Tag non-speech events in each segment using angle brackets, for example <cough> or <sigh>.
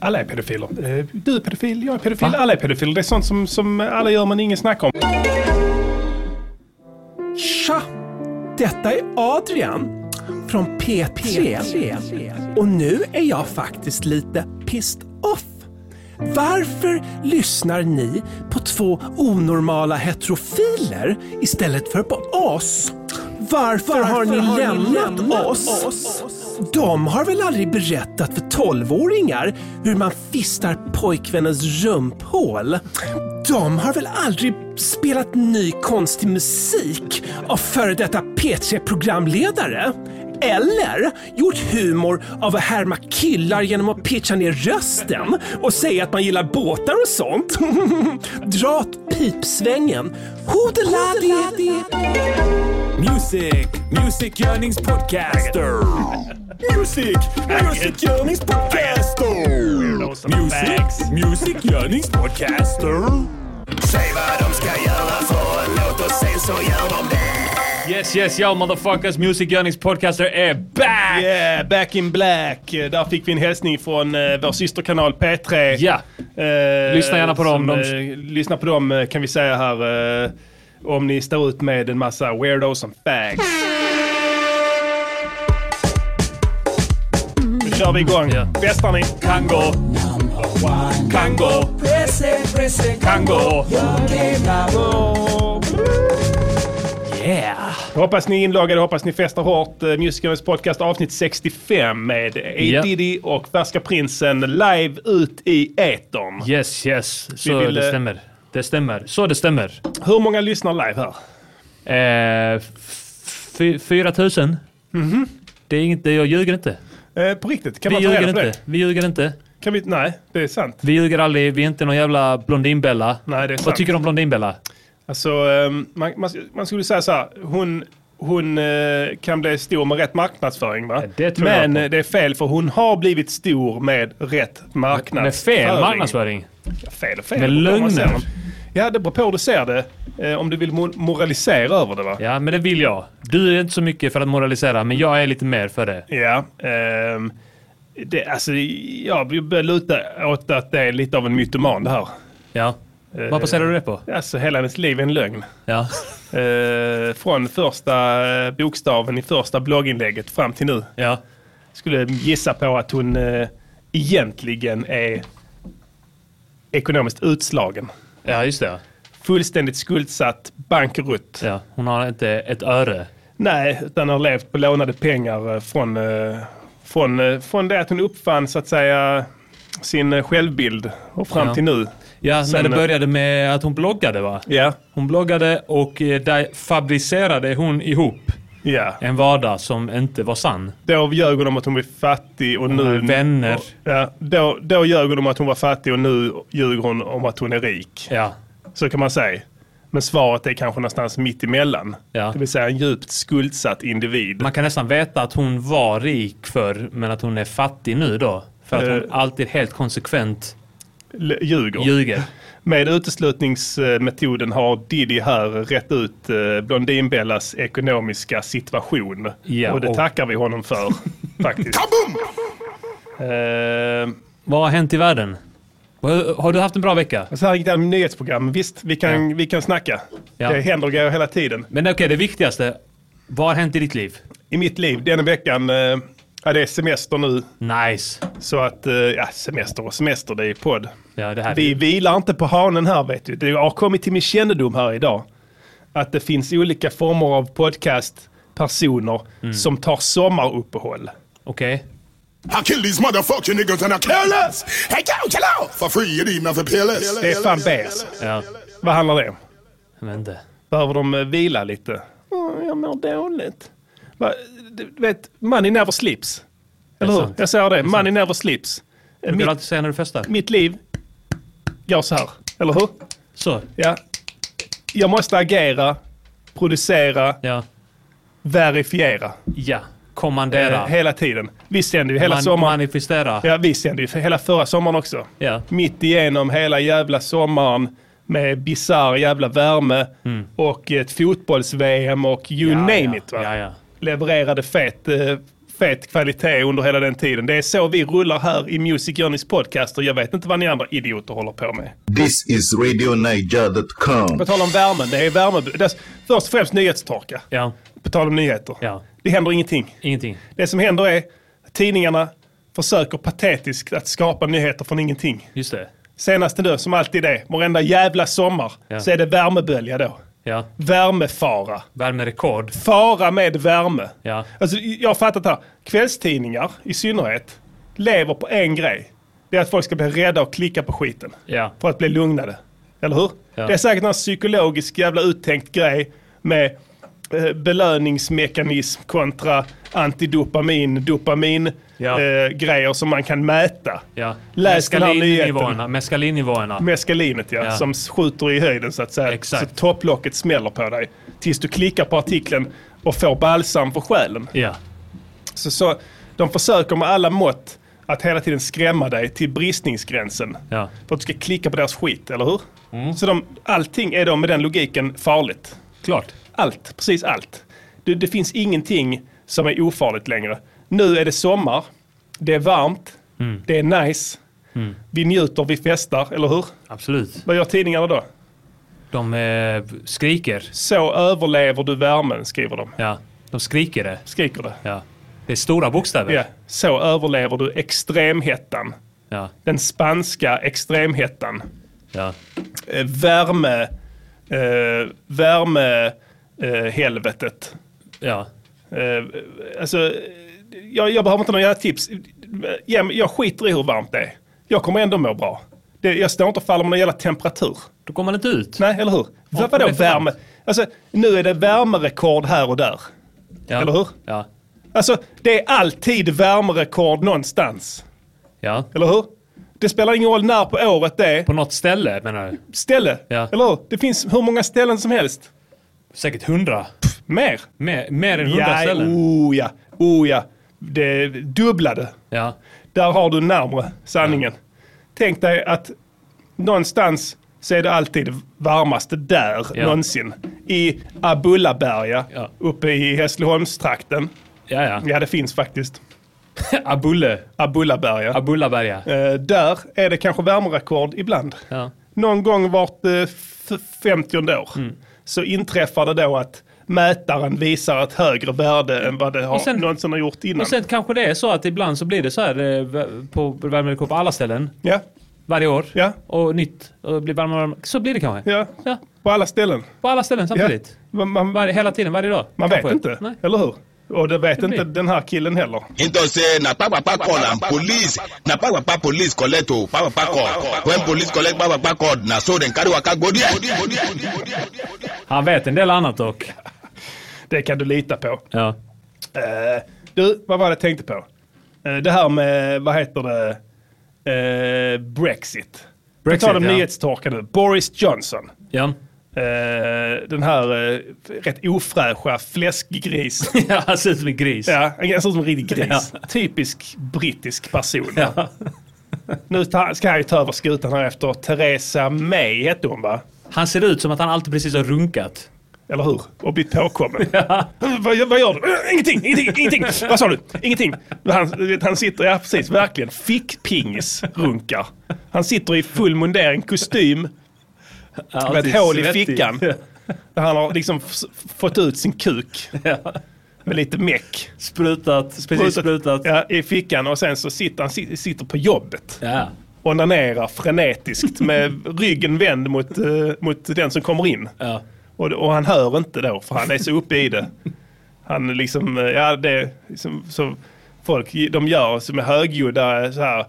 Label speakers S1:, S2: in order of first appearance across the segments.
S1: Alla är pedofiler. Eh, Du är pedofil, jag är pedofil, alla är pedofiler. Det är sånt som, som alla gör men ingen snackar om.
S2: Tja! Detta är Adrian från P3. Och nu är jag faktiskt lite pissed off. Varför lyssnar ni på två onormala heterofiler istället för på oss? Varför, har ni lämnat, oss? De har väl aldrig berättat för tolvåringar hur man fistar pojkvännens rumphål? De har väl aldrig spelat ny konstig musik av före detta P3-programledare? Eller gjort humor av att härma killar genom att pitcha ner rösten och säga att man gillar båtar och sånt? <laughs> Dra åt pipsvängen. Hodeladi!
S3: Music, music-görningspodcaster. Music, music-görningspodcaster.
S1: Those are facts.
S3: Music, music-görningspodcaster. Säg vad de ska göra för en låt och sen så gör de det.
S4: Yes yes yo motherfuckers, Music Yearnings Podcaster är back!
S1: Yeah, back in black. Eh, Där fick vi en hälsning från eh, vår systerkanal P3.
S4: Ja,
S1: Eh,
S4: Lyssna gärna på
S1: Som,
S4: dem. De-
S1: eh, lyssna på dem eh, kan vi säga här. Eh, om ni står ut med en massa weirdos and fags. Nu kör vi igång.
S4: Ja.
S1: Bästar ni?
S4: kan gå, kan gå, kan gå. Yeah!
S1: Hoppas ni är inloggade, hoppas ni festar hårt. Eh, Musikernas podcast avsnitt 65 med A.
S4: Ja.
S1: Diddy och Färska Prinsen live ut i etern.
S4: Yes yes, så
S1: vill, eh,
S4: det stämmer. Det stämmer, så det stämmer.
S1: Hur många lyssnar live här?
S4: Eh, f- fy- 4000. Det är inte, jag ljuger inte.
S1: Eh, på riktigt, kan
S4: Vi
S1: man ta
S4: ljuger
S1: reda på
S4: inte.
S1: det?
S4: Vi ljuger inte.
S1: Kan vi, nej, det är sant.
S4: Vi ljuger aldrig, vi är inte någon jävla Blondinbella.
S1: Nej, det är sant.
S4: Vad tycker du om Blondinbella?
S1: Alltså, ehm, man, man, man skulle säga så här, hon, hon eh, kan bli stor med rätt marknadsföring va?
S4: Ja, det tror jag
S1: Men
S4: på.
S1: eh, det är fel för hon har blivit stor med rätt marknadsföring.
S4: Med fel marknadsföring.
S1: Ja, Fel och fel.
S4: Med
S1: Det beror på hur man ser
S4: lögner.
S1: dem. Ja, det beror på hur du ser det. Eh, om du vill mo- moralisera över det va?
S4: Ja, men det vill jag. Du är inte så mycket för att moralisera, men jag är lite mer för det.
S1: Ja. ehm, det, alltså, jag börjar luta åt att det är lite av en mytoman det här.
S4: Ja. Vad baserar du det på?
S1: Alltså hela hennes liv är en lögn.
S4: Ja.
S1: Eh, från första eh, bokstaven i första blogginlägget fram till nu.
S4: Ja.
S1: Skulle gissa på att hon eh, egentligen är ekonomiskt utslagen.
S4: Ja, just det. ja.
S1: Fullständigt skuldsatt, bankrutt.
S4: Ja. Hon har inte ett öre.
S1: Nej, utan har levt på lånade pengar eh, från, eh, från, eh, från det att hon uppfann så att säga sin eh, självbild och fram
S4: Ja.
S1: till nu.
S4: Ja,
S1: Sen-
S4: när det började med att hon bloggade va?
S1: Ja,
S4: Hon bloggade och eh, där fabricerade hon ihop
S1: ja.
S4: en vardag som inte var sann.
S1: Då ljög hon om att hon blev fattig och nu...
S4: har vänner.
S1: Och, ja, då, då ljög hon om att hon var fattig och nu ljuger hon om att hon är rik.
S4: Ja.
S1: Så kan man säga. Men svaret är kanske någonstans mitt emellan.
S4: Ja.
S1: Det vill säga en djupt skuldsatt individ.
S4: Man kan nästan veta att hon var rik förr, men att hon är fattig nu då. För att hon
S1: Eh.
S4: alltid helt konsekvent
S1: L- ljuger.
S4: ljuger.
S1: Med uteslutningsmetoden har Diddy här rätt ut eh, Blondinbellas ekonomiska situation.
S4: Ja,
S1: och det
S4: och-
S1: tackar vi honom
S4: <laughs>
S1: för, faktiskt. Eh,
S4: Vad har hänt i världen? Vad- Har du haft en bra vecka?
S1: så här gick det här med nyhetsprogram. Visst, vi kan, vi kan snacka.
S4: Ja.
S1: Det händer grejer hela tiden.
S4: Men okej, det viktigaste. Vad har hänt i ditt liv?
S1: I mitt liv denna veckan, eh, ja, det är semester nu.
S4: Nice.
S1: Så att, eh, ja, semester och semester, det är podd.
S4: Ja, det här
S1: Vi vilar inte på hanen här vet du. Det har kommit till min kännedom här idag. Att det finns olika former av podcastpersoner
S4: Mm.
S1: som tar sommaruppehåll.
S4: Okej.
S5: I kill these motherfucking niggas and I kill us. Hey, go, kill out. For free, you need nothing peerless.
S1: Det är fan bärs.
S4: Ja,
S1: Vad handlar det om?
S4: jag vet inte.
S1: Behöver de eh, vila lite? Åh, jag mår dåligt. Va, du vet, money never slips. Eller
S4: Det är
S1: hur?
S4: sant.
S1: Jag säger det, money never slips. Eh,
S4: Vill du
S1: Mitt,
S4: alltid säga när du festar?
S1: mitt liv går så här, eller hur?
S4: Så.
S1: Ja. Jag måste agera, producera,
S4: Ja.
S1: verifiera.
S4: Ja. Kommandera.
S1: Eh, hela tiden. Vi sänder ju hela
S4: Man-
S1: sommaren.
S4: Manifestera.
S1: Ja, vi sänder ju för hela förra sommaren också.
S4: Ja.
S1: Mitt igenom hela jävla sommaren med bisarr jävla värme och ett fotbolls-VM och you
S4: Mm. Ja,
S1: name
S4: ja.
S1: it. Va?
S4: Ja, ja.
S1: Levererade fet eh, fet kvalitet under hela den tiden. Det är så vi rullar här i Music Journeys podcast och jag vet inte vad ni andra idioter håller på med.
S6: This is RadioNiger.com.
S1: På tal om värmen, det är värme. det är Först och främst nyhetstorka.
S4: Ja,
S1: På tal om nyheter.
S4: Ja.
S1: Det händer ingenting.
S4: ingenting.
S1: Det som händer är att tidningarna försöker patetiskt att skapa nyheter från ingenting.
S4: Just det.
S1: Senaste nu, som alltid är, varenda jävla sommar
S4: Ja.
S1: så är det värmebölja då.
S4: Ja.
S1: Värmefara.
S4: Värmerekord.
S1: Fara med värme.
S4: Ja.
S1: Alltså, jag har fattat det här. Kvällstidningar i synnerhet lever på en grej. Det är att folk ska bli rädda och klicka på skiten.
S4: Ja.
S1: För att bli lugnade. Eller hur?
S4: Ja.
S1: Det är säkert någon psykologisk jävla uttänkt grej med eh, belöningsmekanism kontra antidopamin, dopamin
S4: Ja.
S1: eh, grejer som man kan mäta.
S4: Ja.
S1: Läs den här nyheten. Mm.
S4: Mescalinnivåerna. Mescalinnivåerna.
S1: Mescalinet ja,
S4: Ja.
S1: som skjuter i höjden så att säga.
S4: Exakt.
S1: Så topplocket smäller på dig. Tills du klickar på artikeln och får balsam för själen.
S4: Ja.
S1: Så, så, de försöker med alla mått att hela tiden skrämma dig till bristningsgränsen.
S4: Ja.
S1: För att du ska klicka på deras skit, eller hur? Så de, allting är då med den logiken farligt.
S4: Klart.
S1: Allt, precis allt. Det, det finns ingenting som är ofarligt längre. Nu är det sommar, det är varmt, det är nice. Vi njuter, vi festar, eller hur?
S4: Absolut.
S1: Vad gör tidningarna då?
S4: De eh, skriker.
S1: Så överlever du värmen, skriver de.
S4: Ja. De skriker det.
S1: Skriker det.
S4: Ja. Det är stora bokstäver.
S1: Ja. Så överlever du extremhettan.
S4: Ja.
S1: Den spanska extremhettan.
S4: Ja.
S1: Eh, värme... Eh, värme... Eh, helvetet.
S4: Ja.
S1: Eh, alltså, eh, jag, jag behöver inte några jävla tips. Ja, men Jag skiter i hur varmt det är. Jag kommer ändå må bra. Det, jag står inte och faller med någon jävla temperatur.
S4: Då går man inte ut.
S1: Nej, eller hur?
S4: Ja,
S1: Vadå
S4: det är för
S1: värme? Alltså, nu är det värmerekord här och där.
S4: Ja.
S1: eller hur?
S4: Ja.
S1: Alltså, det är alltid värmerekord någonstans.
S4: Ja.
S1: Eller hur? Det spelar ingen roll när på året det är.
S4: På något ställe menar du?
S1: Ställe.
S4: Ja.
S1: Eller hur? Det finns hur många ställen som helst.
S4: Säkert hundra.
S1: Mer.
S4: Mer, mer än hundra ställen.
S1: oh ja. Oh ja. Det dubblade.
S4: Ja.
S1: Där har du närmre sanningen. Tänk dig att någonstans så är det alltid varmast där
S4: Ja.
S1: någonsin. I Abullaberga
S4: Ja.
S1: uppe i Hässleholmstrakten.
S4: Ja, ja.
S1: Ja, det finns faktiskt.
S4: Abulle.
S1: Abullaberga.
S4: Abullaberga.
S1: Eh, där är det kanske värmerekord ibland.
S4: Ja.
S1: Någon gång vart eh, f- 50 år
S4: Mm.
S1: så inträffar det då att mätaren visar ett högre värde än vad det har,
S4: Och sen-
S1: någonsin har gjort innan.
S4: Och sen kanske det är så att ibland så blir det så här eh, v- på värmerekord på alla ställen.
S1: ja,
S4: Varje år.
S1: Ja.
S4: Och nytt. Och blir varmare, och varmare. Så blir det kanske.
S1: ja,
S4: Ja.
S1: på alla ställen.
S4: På alla ställen
S1: Ja.
S4: samtidigt.
S1: Man, man,
S4: Varje, hela tiden, varje dag.
S1: man vet
S4: Kanske.
S1: inte,
S4: Nej.
S1: eller hur? Och det vet inte
S4: blir-
S1: den här killen heller.
S6: Into say na papa call and police. Na papa police collect o papa call. When police collect papa call, na so dem carry waka go there.
S4: Han vet en del annat dock.
S1: Det kan du lita på.
S4: Ja.
S1: Eh, du, vad var det jag tänkte på? Eh, det här med, vad heter det, Eh, Brexit. Brexit
S4: Brexit,
S1: på tal om
S4: ja.
S1: nyhetstorka nu, Boris Johnson.
S4: Ja.
S1: Eh, den här eh, rätt ofräscha
S4: <laughs>
S1: fläskgris.
S4: Ja, han ser ut som en gris.
S1: ja, han ser ut som en riktig gris. Typisk brittisk person.
S4: Ja.
S1: Nu ta- ska han ju ta över skutan här efter Theresa May hette hon va?
S4: Han ser ut som att han alltid precis har runkat.
S1: Eller hur? Och blivit
S4: <laughs>
S1: påkommen. vad, gör- vad gör du? Eh, Ingenting, ingenting, ingenting. Vad sa du? Ingenting. Han, du vet, han sitter, ja precis, verkligen. Fickpingis runkar. Han sitter i full mundering, kostym, med ett hål i fickan. Där han har liksom f- fått ut sin kuk. Med lite meck.
S4: Sprutat, precis sprutat.
S1: Ja, I fickan och sen så sitter han si- sitter på jobbet.
S4: Ja.
S1: Onanerar frenetiskt med ryggen vänd mot, eh, mot den som kommer in.
S4: Ja.
S1: Och, och han hör inte då för han är så uppe i det. Han liksom, eh, ja det är liksom, så folk de gör som är högljudda så här.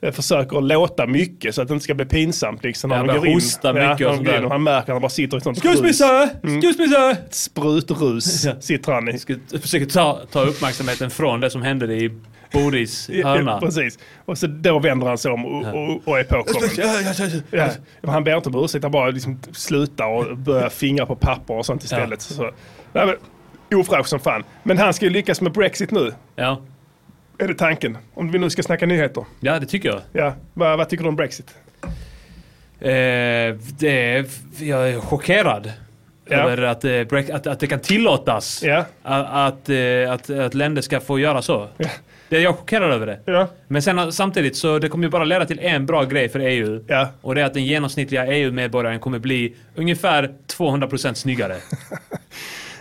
S1: eh, Försöker att låta mycket så att det inte ska bli pinsamt liksom när
S4: Ja,
S1: de
S4: börjar
S1: går in.
S4: hosta mycket och
S1: när de
S4: sånt
S1: går in
S4: där.
S1: och han märker att han bara sitter i ett sånt
S4: Excuse me
S1: rus.
S4: sir! Excuse me sir!
S1: sprutrus sitter han i.
S4: Ska- Försöker ta, ta uppmärksamheten från det som hände i Boris
S1: <laughs>
S4: hörna.
S1: Precis. Och så då vänder han sig om och, och, och är påkommen. Ja. Men Han ber inte om ursäkt, han bara liksom slutar och börjar fingra på papper och sånt istället. Så, nej, men, ofräsch som fan. Men han ska ju lyckas med Brexit nu,
S4: Ja.
S1: är det tanken. Om vi nu ska snacka nyheter.
S4: ja, det tycker jag.
S1: Ja. Vad, vad tycker du om Brexit?
S4: Eh, det är, jag är chockerad.
S1: Ja.
S4: över att, eh, break, att, att det kan tillåtas
S1: Ja.
S4: a- att, eh, att, att länder ska få göra så. Det är jag chockerad över det.
S1: Ja.
S4: Men sen, eh, samtidigt så det kommer ju bara leda till en bra grej för EU.
S1: Ja.
S4: Och det är att den genomsnittliga EU-medborgaren kommer bli ungefär 200% snyggare.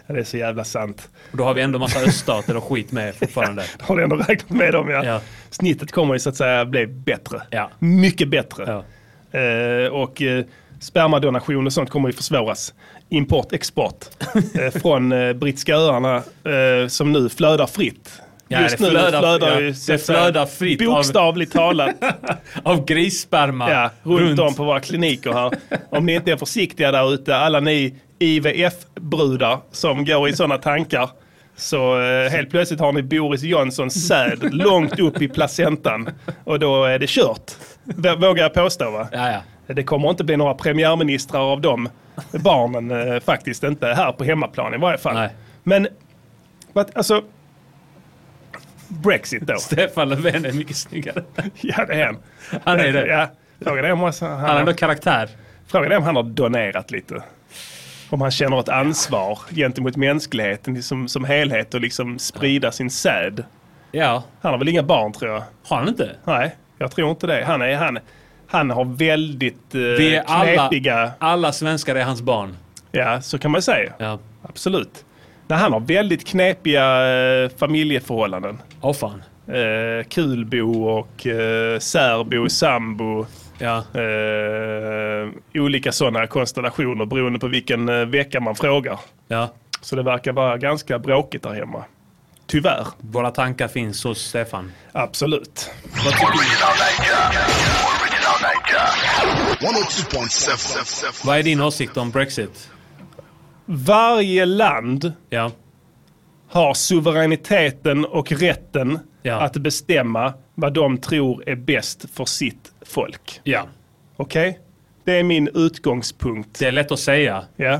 S1: Det är så jävla sant.
S4: Och då har vi ändå massa öststater och skit med fortfarande.
S1: <laughs> Har du ändå räknat med dem ja.
S4: Ja.
S1: Snittet kommer ju så att säga bli bättre.
S4: Ja.
S1: Mycket bättre.
S4: Ja.
S1: Eh, och eh, spermadonation och sånt kommer ju försvåras. Import,
S4: <laughs>
S1: export eh, från eh, brittiska öarna eh, som nu flödar fritt.
S4: Ja,
S1: Just
S4: det
S1: nu
S4: flödar- ja,
S1: ju, så
S4: det
S1: att säga,
S4: flödar fritt av-
S1: Bokstavligt
S4: <laughs>
S1: talat
S4: Av grissperma
S1: ja, runt, om på våra kliniker här. Om ni inte är försiktiga där ute, alla ni IVF-brudar som går i sådana tankar. Så eh, helt plötsligt har ni Boris Johnsons säd långt upp i placentan. Och då är det kört. Vå- Vågar jag påstå va?
S4: Ja, ja.
S1: Det kommer inte bli några premiärministrar av de barnen eh, faktiskt. Inte här på hemmaplan i varje fall.
S4: Nej.
S1: Men, vad- alltså... Brexit då.
S4: Stefan Löfven är mycket snyggare.
S1: <laughs> Ja, det är han.
S4: Han är det.
S1: Ja. Frågan är om han, han,
S4: Han har ändå karaktär.
S1: Frågan är om han har donerat lite. Om han känner ett ansvar gentemot mänskligheten som, som helhet och liksom sprida sin säd.
S4: Ja,
S1: Han har väl inga barn tror jag?
S4: har han inte?
S1: Nej, jag tror inte det. Han, är, han, han har väldigt eh,
S4: Vi är alla,
S1: knepiga...
S4: alla svenskar är hans barn.
S1: Ja, så kan man säga.
S4: Ja.
S1: Absolut. Nej, han har väldigt knepiga eh, familjeförhållanden.
S4: Åh fan.
S1: Eh, kulbo och eh, särbo, sambo.
S4: Ja.
S1: Eh, olika sådana konstellationer beroende på vilken eh, vecka man frågar.
S4: ja.
S1: Så det verkar vara ganska bråkigt där hemma. Tyvärr.
S4: Våra tankar finns hos Stefan.
S1: Absolut.
S5: 102.7.
S4: Vad är din åsikt om Brexit?
S1: Varje land
S4: Ja.
S1: har suveräniteten och rätten
S4: Ja.
S1: att bestämma vad de tror är bäst för sitt folk.
S4: ja.
S1: Okej? Det är min utgångspunkt.
S4: Det är lätt att säga.
S1: Ja.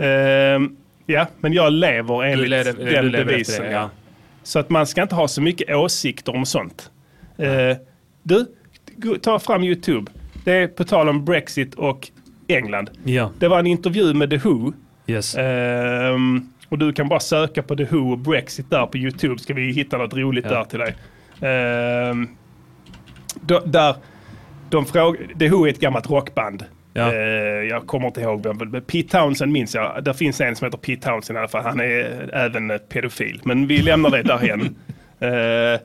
S1: Ehm, ja, men jag lever
S4: Du
S1: enligt
S4: lever,
S1: den
S4: du lever efter
S1: devisen.
S4: det.
S1: ja.
S4: Ja.
S1: Så att man ska inte ha så mycket åsikter om sånt. Eh, du, gå- ta fram YouTube. Det är på tal om Brexit och England.
S4: ja.
S1: Det var en intervju med The Who.
S4: Yes.
S1: Eh, ehm, och du kan bara söka på The Who och Brexit där på YouTube. Ska vi hitta något roligt
S4: Ja.
S1: där till dig. Ehm, då, där, de fråg- The Who är ett gammalt rockband.
S4: Ja.
S1: Eh, jag kommer inte ihåg vem. men Pete Townsend minns jag. Där finns en som heter Pete Townsend i alla fall. Han är även eh, pedofil. Men vi lämnar det
S4: <laughs>
S1: därhen. Eh,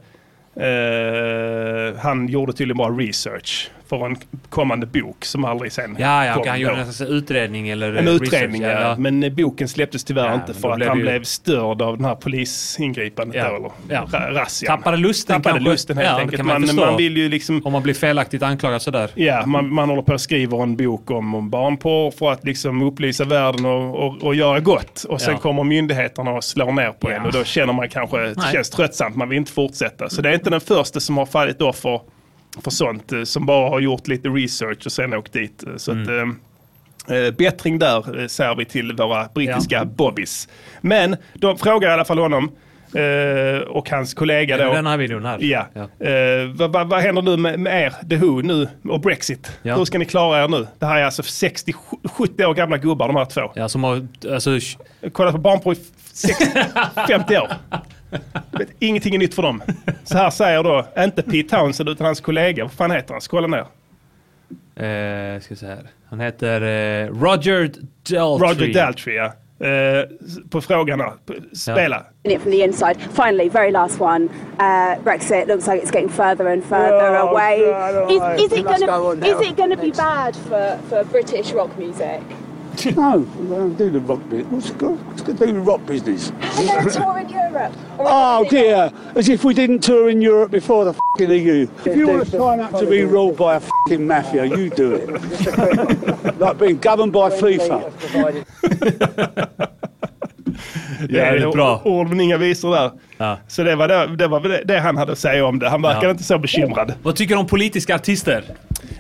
S1: eh, han gjorde tydligen bara research för en kommande bok som aldrig sen
S4: Ja, ja.
S1: kom.
S4: okej, Han
S1: då.
S4: gjorde en utredning eller
S1: en
S4: Eh, research,
S1: utredning, ja.
S4: ja.
S1: men eh, boken släpptes tyvärr
S4: Ja,
S1: inte
S4: men
S1: för
S4: då
S1: att
S4: blev
S1: han
S4: det ju-
S1: blev störd av den här polisingripandet
S4: Ja,
S1: då, eller
S4: ja.
S1: ra- razzian.
S4: Tappade lusten
S1: Tappade
S4: kanske.
S1: lusten helt
S4: Ja, det
S1: enkelt.
S4: kan man
S1: Man, man,
S4: förstå.
S1: vill ju liksom
S4: Om man blir felaktigt anklagad sådär.
S1: Ja, man, man håller på och skriver en bok om, om barnporr för att liksom upplysa världen och, och, och göra gott. Och sen
S4: Ja.
S1: kommer myndigheterna och slår ner på en
S4: Ja.
S1: och då känner man kanske, det
S4: Nej.
S1: känns tröttsamt, man vill inte fortsätta. Så det är inte den första som har fallit offer för sånt, eh, som bara har gjort lite research och sen åkt dit. Eh, Så att,
S4: Mm.
S1: eh, Eh, bättring där eh, säger vi till våra brittiska bobbies. Men de frågar i alla fall honom eh, och hans kollega då.
S4: Den här videon här.
S1: Ja. Eh, vad, vad, vad händer nu med, med er, The Who, nu och Brexit?
S4: Ja.
S1: Hur ska ni klara er nu? Det här är alltså 60, 70 år gamla gubbar de här två.
S4: Ja, som har, alltså, sh-
S1: Kollat på barnporr i f- 60, 50 år. Vet, Ingenting är nytt för dem. Så här säger då, inte Pete Townsend utan hans kollega, vad fan heter han? Skålla ner.
S4: eh, ska vi se här. Han heter eh, Roger Daltrey.
S1: Roger Daltrey, ja. Eh, s- på frågan här, P- spela.
S7: in it from the inside. Finally, very last one. Uh, Brexit looks like it's getting further and further
S1: Oh,
S7: away.
S1: God, all
S7: is,
S1: right.
S7: is it gonna is it gonna be bad for, for British rock music?
S8: <laughs> No, I don't do the rock business. What's it got? What's it got to do with rock business?
S7: Is there a tour in Europe? Or
S8: Oh
S7: is it-
S8: dear, as if we didn't tour in Europe before the fucking EU. If you want to sign up to be ruled by a fucking mafia, you do it. <laughs> like being governed by FIFA.
S4: Jävligt bra.
S1: Ord men inga visor där.
S4: Ja.
S1: Så det var, det, det var väl det, det han hade att säga om det. Han verkar
S4: Ja.
S1: inte så bekymrad.
S4: Vad tycker du om politiska artister?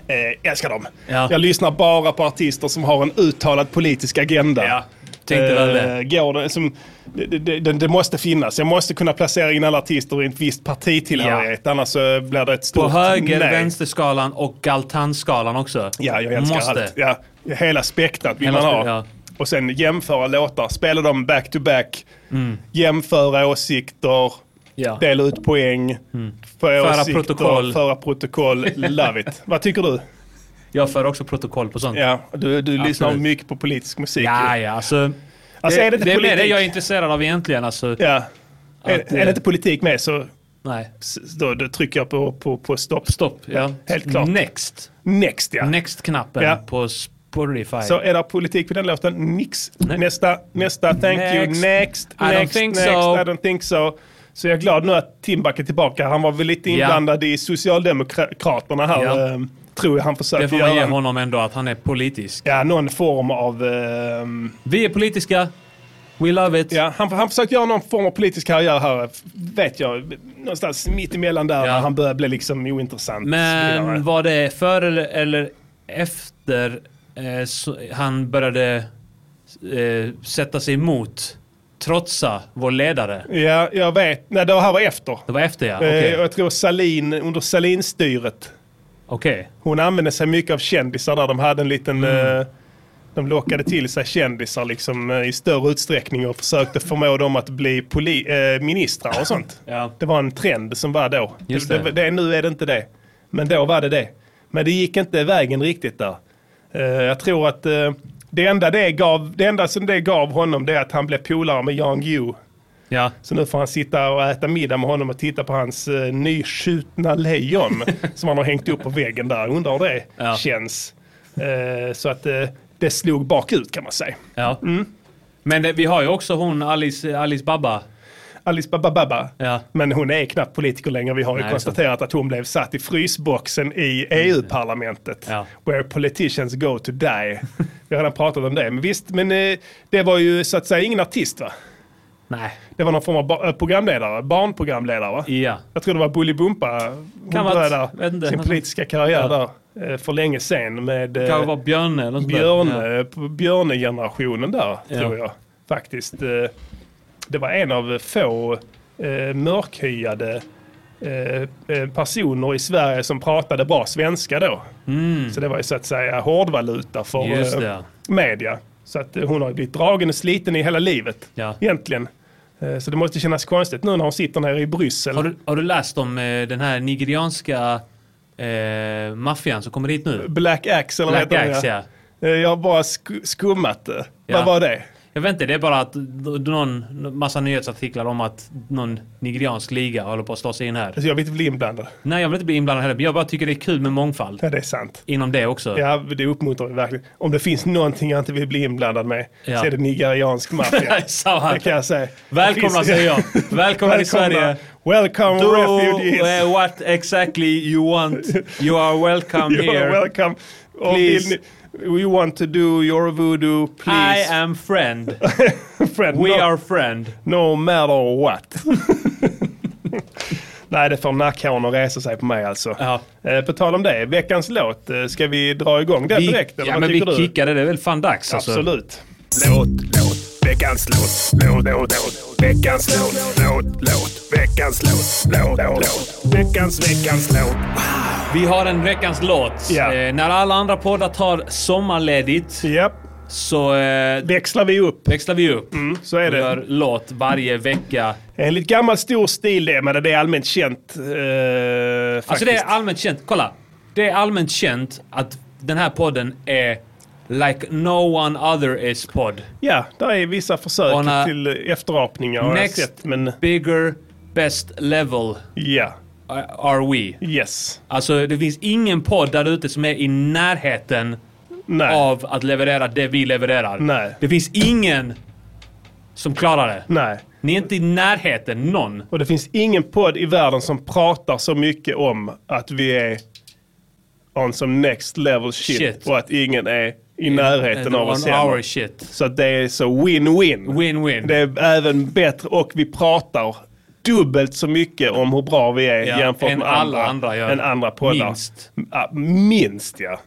S1: Eh, älskar dem.
S4: Ja.
S1: Jag lyssnar bara på artister som har en uttalad politisk agenda. Eh,
S4: Ja, tänkte väl det.
S1: Går det, som, det, det, det, det måste finnas. Jag måste kunna placera in alla artister i ett visst partitillhörighet. Annars eh, blir det ett stort
S4: På höger,
S1: nej.
S4: vänsterskalan och galtanskalan också.
S1: Ja, jag älskar
S4: Måste.
S1: allt. Ja, hela spektrat vill
S4: Hela
S1: man ha.
S4: spe- ja.
S1: och sen jämföra låtar, spela dem back to back, jämföra åsikter,
S4: Mm. Ja. Mm.
S1: dela ut poäng, föra åsikter,
S4: protokoll.
S1: föra protokoll. Love it. Vad tycker du?
S4: Jag för också protokoll på sånt.
S1: Ja, du, du lyssnar
S4: Absolut.
S1: mycket på politisk musik.
S4: ja,
S1: ju.
S4: ja alltså.
S1: Alltså,
S4: det,
S1: är det inte
S4: det är mer
S1: politik?
S4: det jag är intresserad av egentligen. Alltså,
S1: ja.
S4: Att,
S1: Är, är
S4: eh,
S1: det inte politik med så
S4: Nej.
S1: s- då, då trycker jag på, på, på stopp.
S4: Stopp. Ja.
S1: Helt klart.
S4: Next.
S1: Next ja.
S4: Next-knappen
S1: Ja.
S4: på Spotify.
S1: Så är det politik på den låten? Nix. Nästa, nästa, thank you,
S4: Next.
S1: next, next,
S4: I don't
S1: next,
S4: think so.
S1: I don't think so. Så jag är glad nu att Timbuk är tillbaka. Han var väl lite inblandad i Socialdemokraterna här,
S4: Ja.
S1: ehm, tror jag han
S4: det
S1: försökte
S4: får man ge
S1: göra.
S4: honom ändå, att han är politisk.
S1: Ja, någon form av... ehm,
S4: Vi är politiska. We love it.
S1: ja, han, han försökte göra någon form av politisk karriär här, vet jag. Någonstans mitt emellan där,
S4: Ja.
S1: när han började bli liksom ointressant. och så vidare.
S4: Men var det före eller, eller efter eh, så, han började eh, sätta sig emot, trotsa vår ledare?
S1: Ja, jag vet. Nej, det här var efter.
S4: Det var efter ja,
S1: Eh,
S4: okej.
S1: och Jag tror Salin, under Salinstyret
S4: Okej.
S1: hon använde sig mycket av kändisar där. De hade en liten...
S4: Mm.
S1: eh, de lockade till sig kändisar liksom, eh, i större utsträckning och försökte förmå dem att bli poli- eh, ministrar och sånt.
S4: <clears throat> Ja.
S1: Det var en trend som var då.
S4: Just
S1: det.
S4: det.
S1: Det, nu är det inte det. Men då var det det. Men det gick inte vägen riktigt där. Eh, jag tror att eh, det, enda det, gav, det enda som det gav honom det är att han blev polare med Jan Guillou.
S4: Ja.
S1: Så nu får han sitta och äta middag med honom och titta på hans eh, nyskjutna
S4: <laughs>
S1: lejon som han har hängt upp på väggen där. Undrar hur det
S4: Ja.
S1: känns. Eh, så att eh, det slog bakut kan man säga.
S4: ja.
S1: Mm.
S4: Men det, vi har ju också hon Alice, Alice Babba.
S1: Alice Babababa.
S4: Ja.
S1: Men hon är knappt politiker längre. Vi har ju
S4: Nej, det är
S1: konstaterat att hon blev satt i frysboxen i EU-parlamentet.
S4: Ja.
S1: Where politicians go to die. Vi har redan pratat om det. Men visst, men eh, det var ju så att säga ingen artist va?
S4: Nej.
S1: Det var någon form av ba- eh, programledare, barnprogramledare va?
S4: Ja.
S1: Jag tror det var Bolibompa.
S4: Kan
S1: Hon
S4: vara
S1: började
S4: att- vet inte,
S1: sin
S4: något
S1: politiska karriär där eh, för länge sen med eh,
S4: Kanske var Björne eller något sånt där. Ja.
S1: Björne, på Björne-generationen där,
S4: Ja.
S1: tror jag. Faktiskt. eh, Det var en av få eh, mörkhyade eh, eh, personer i Sverige som pratade bra svenska då. Så det var ju så att säga hårdvaluta för
S4: Mm. Just
S1: eh,
S4: det.
S1: media. Så att eh, hon har ju blivit dragen och sliten i hela livet,
S4: Ja.
S1: egentligen. Eh, Så det måste kännas konstigt nu när hon sitter nere i Bryssel.
S4: Har du, har du läst om eh, den här nigerianska eh, maffian som kommer hit nu?
S1: Black Axe eller vad
S4: Black
S1: heter den,
S4: Axe ja.
S1: Eh, Jag har bara sk- skummat det.
S4: Ja.
S1: Vad var det? Alltså,
S4: Jag vet inte, det är bara att d- någon, massa nyhetsartiklar om att någon nigeriansk liga håller på att slå sig in här.
S1: Alltså jag vill inte bli inblandad.
S4: Nej, jag vill inte bli inblandad heller, men jag bara tycker det är kul med mångfald.
S1: Ja, det är sant.
S4: Inom det också. <laughs>
S1: Ja, det uppmuntrar vi verkligen. Om det finns någonting jag inte vill bli inblandad med
S4: Ja.
S1: så är det nigeriansk
S4: <laughs>
S1: maffia.
S4: Så här.
S1: det kan jag säga. Det
S4: Välkomna
S1: finns- <laughs>
S4: säger jag. Välkomna till Sverige.
S1: Welcome <laughs>
S4: Do
S1: refugees.
S4: eh, what exactly you want. You are
S1: <laughs>
S4: welcome
S1: You
S4: here.
S1: are welcome. Och
S4: Please.
S1: vill ni- We want to do your voodoo,
S4: I
S1: please. <laughs>
S4: am friend.
S1: friend.
S4: We
S1: no,
S4: are friend.
S1: no matter what. <laughs> Nej, det får nackhåren att resa sig på mig alltså.
S4: Ja.
S1: Eh, på tal om det, veckans låt, eh, ska vi dra igång den direkt? eller
S4: ja,
S1: vad
S4: men vi
S1: tycker du?
S4: kickade, det är väl fan dags alltså.
S1: Absolut.
S3: Låt, låt, veckans låt, låt, låt, låt, veckans låt, låt, låt, veckans låt, låt, låt, låt, veckans, veckans låt.
S4: Vi har en veckans låt.
S1: Ja.
S4: Eh, när alla andra poddar tar sommarledigt
S1: Japp,
S4: så eh,
S1: växlar vi upp.
S4: växlar vi upp.
S1: Så Mm, är
S4: och gör
S1: det.
S4: låt varje vecka.
S1: Enligt gammal stor stil det, men det är allmänt känt. Eh,
S4: Alltså
S1: faktiskt.
S4: det är allmänt känt, kolla. Det är allmänt känt att den här podden är like no one other is podd.
S1: Ja, där är vissa försök
S4: Och när-
S1: till efterapningar har jag
S4: Next.
S1: sett. Men
S4: Bigger, best level
S1: ja,
S4: eh, are we.
S1: yes.
S4: Alltså det finns ingen podd där ute som är i närheten
S1: Nej.
S4: av att leverera det vi levererar.
S1: Nej.
S4: Det finns ingen som klarar det.
S1: Nej.
S4: Ni är inte i närheten, någon.
S1: Och det finns ingen podd i världen som pratar så mycket om att vi är on some next level shit,
S4: Shit.
S1: och att ingen är i närheten av oss
S4: On our
S1: heller.
S4: Eh, shit.
S1: Så att det är så win-win.
S4: Win-win.
S1: Det är även bättre och vi pratar dubbelt så mycket om hur bra vi är
S4: Ja,
S1: jämfört
S4: än
S1: med
S4: alla
S1: andra,
S4: andra gör.
S1: än andra poddar.
S4: Minst.
S1: Ja, minst ja.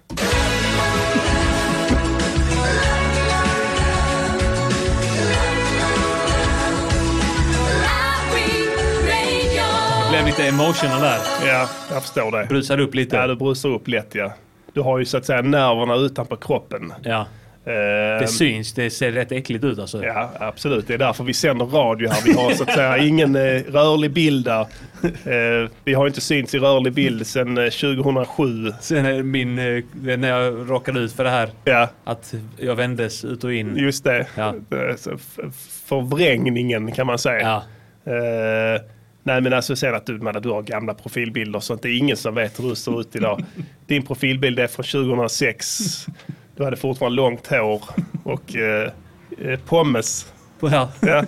S4: Jag blev lite emotional där.
S1: Ja, jag förstår det.
S4: Brusade upp lite.
S1: Ja, du brusar upp lätt ja. Du har ju så att säga nerverna utanför kroppen.
S4: Ja.
S1: Eh,
S4: Det syns, det ser rätt äckligt ut alltså.
S1: Ja, absolut. Det är därför vi sänder radio här. Vi har så att
S4: <laughs>
S1: säga ingen eh, rörlig bild där. Eh, vi har inte synts i rörlig bild sedan eh, 2007.
S4: Sen är min, eh, när jag råkade ut för det här,
S1: Ja,
S4: att jag vändes ut och in.
S1: just det.
S4: Ja.
S1: Eh, så f- f- Förvrängningen kan man säga.
S4: Ja.
S1: Eh, nej men alltså sen att du, man, att du har gamla profilbilder och sånt. Det är ingen som vet hur du ser ut
S4: <laughs>
S1: idag. Din profilbild är från 2006. Du hade fortfarande långt hår och eh, eh, pommes.
S4: ja.
S1: Ja.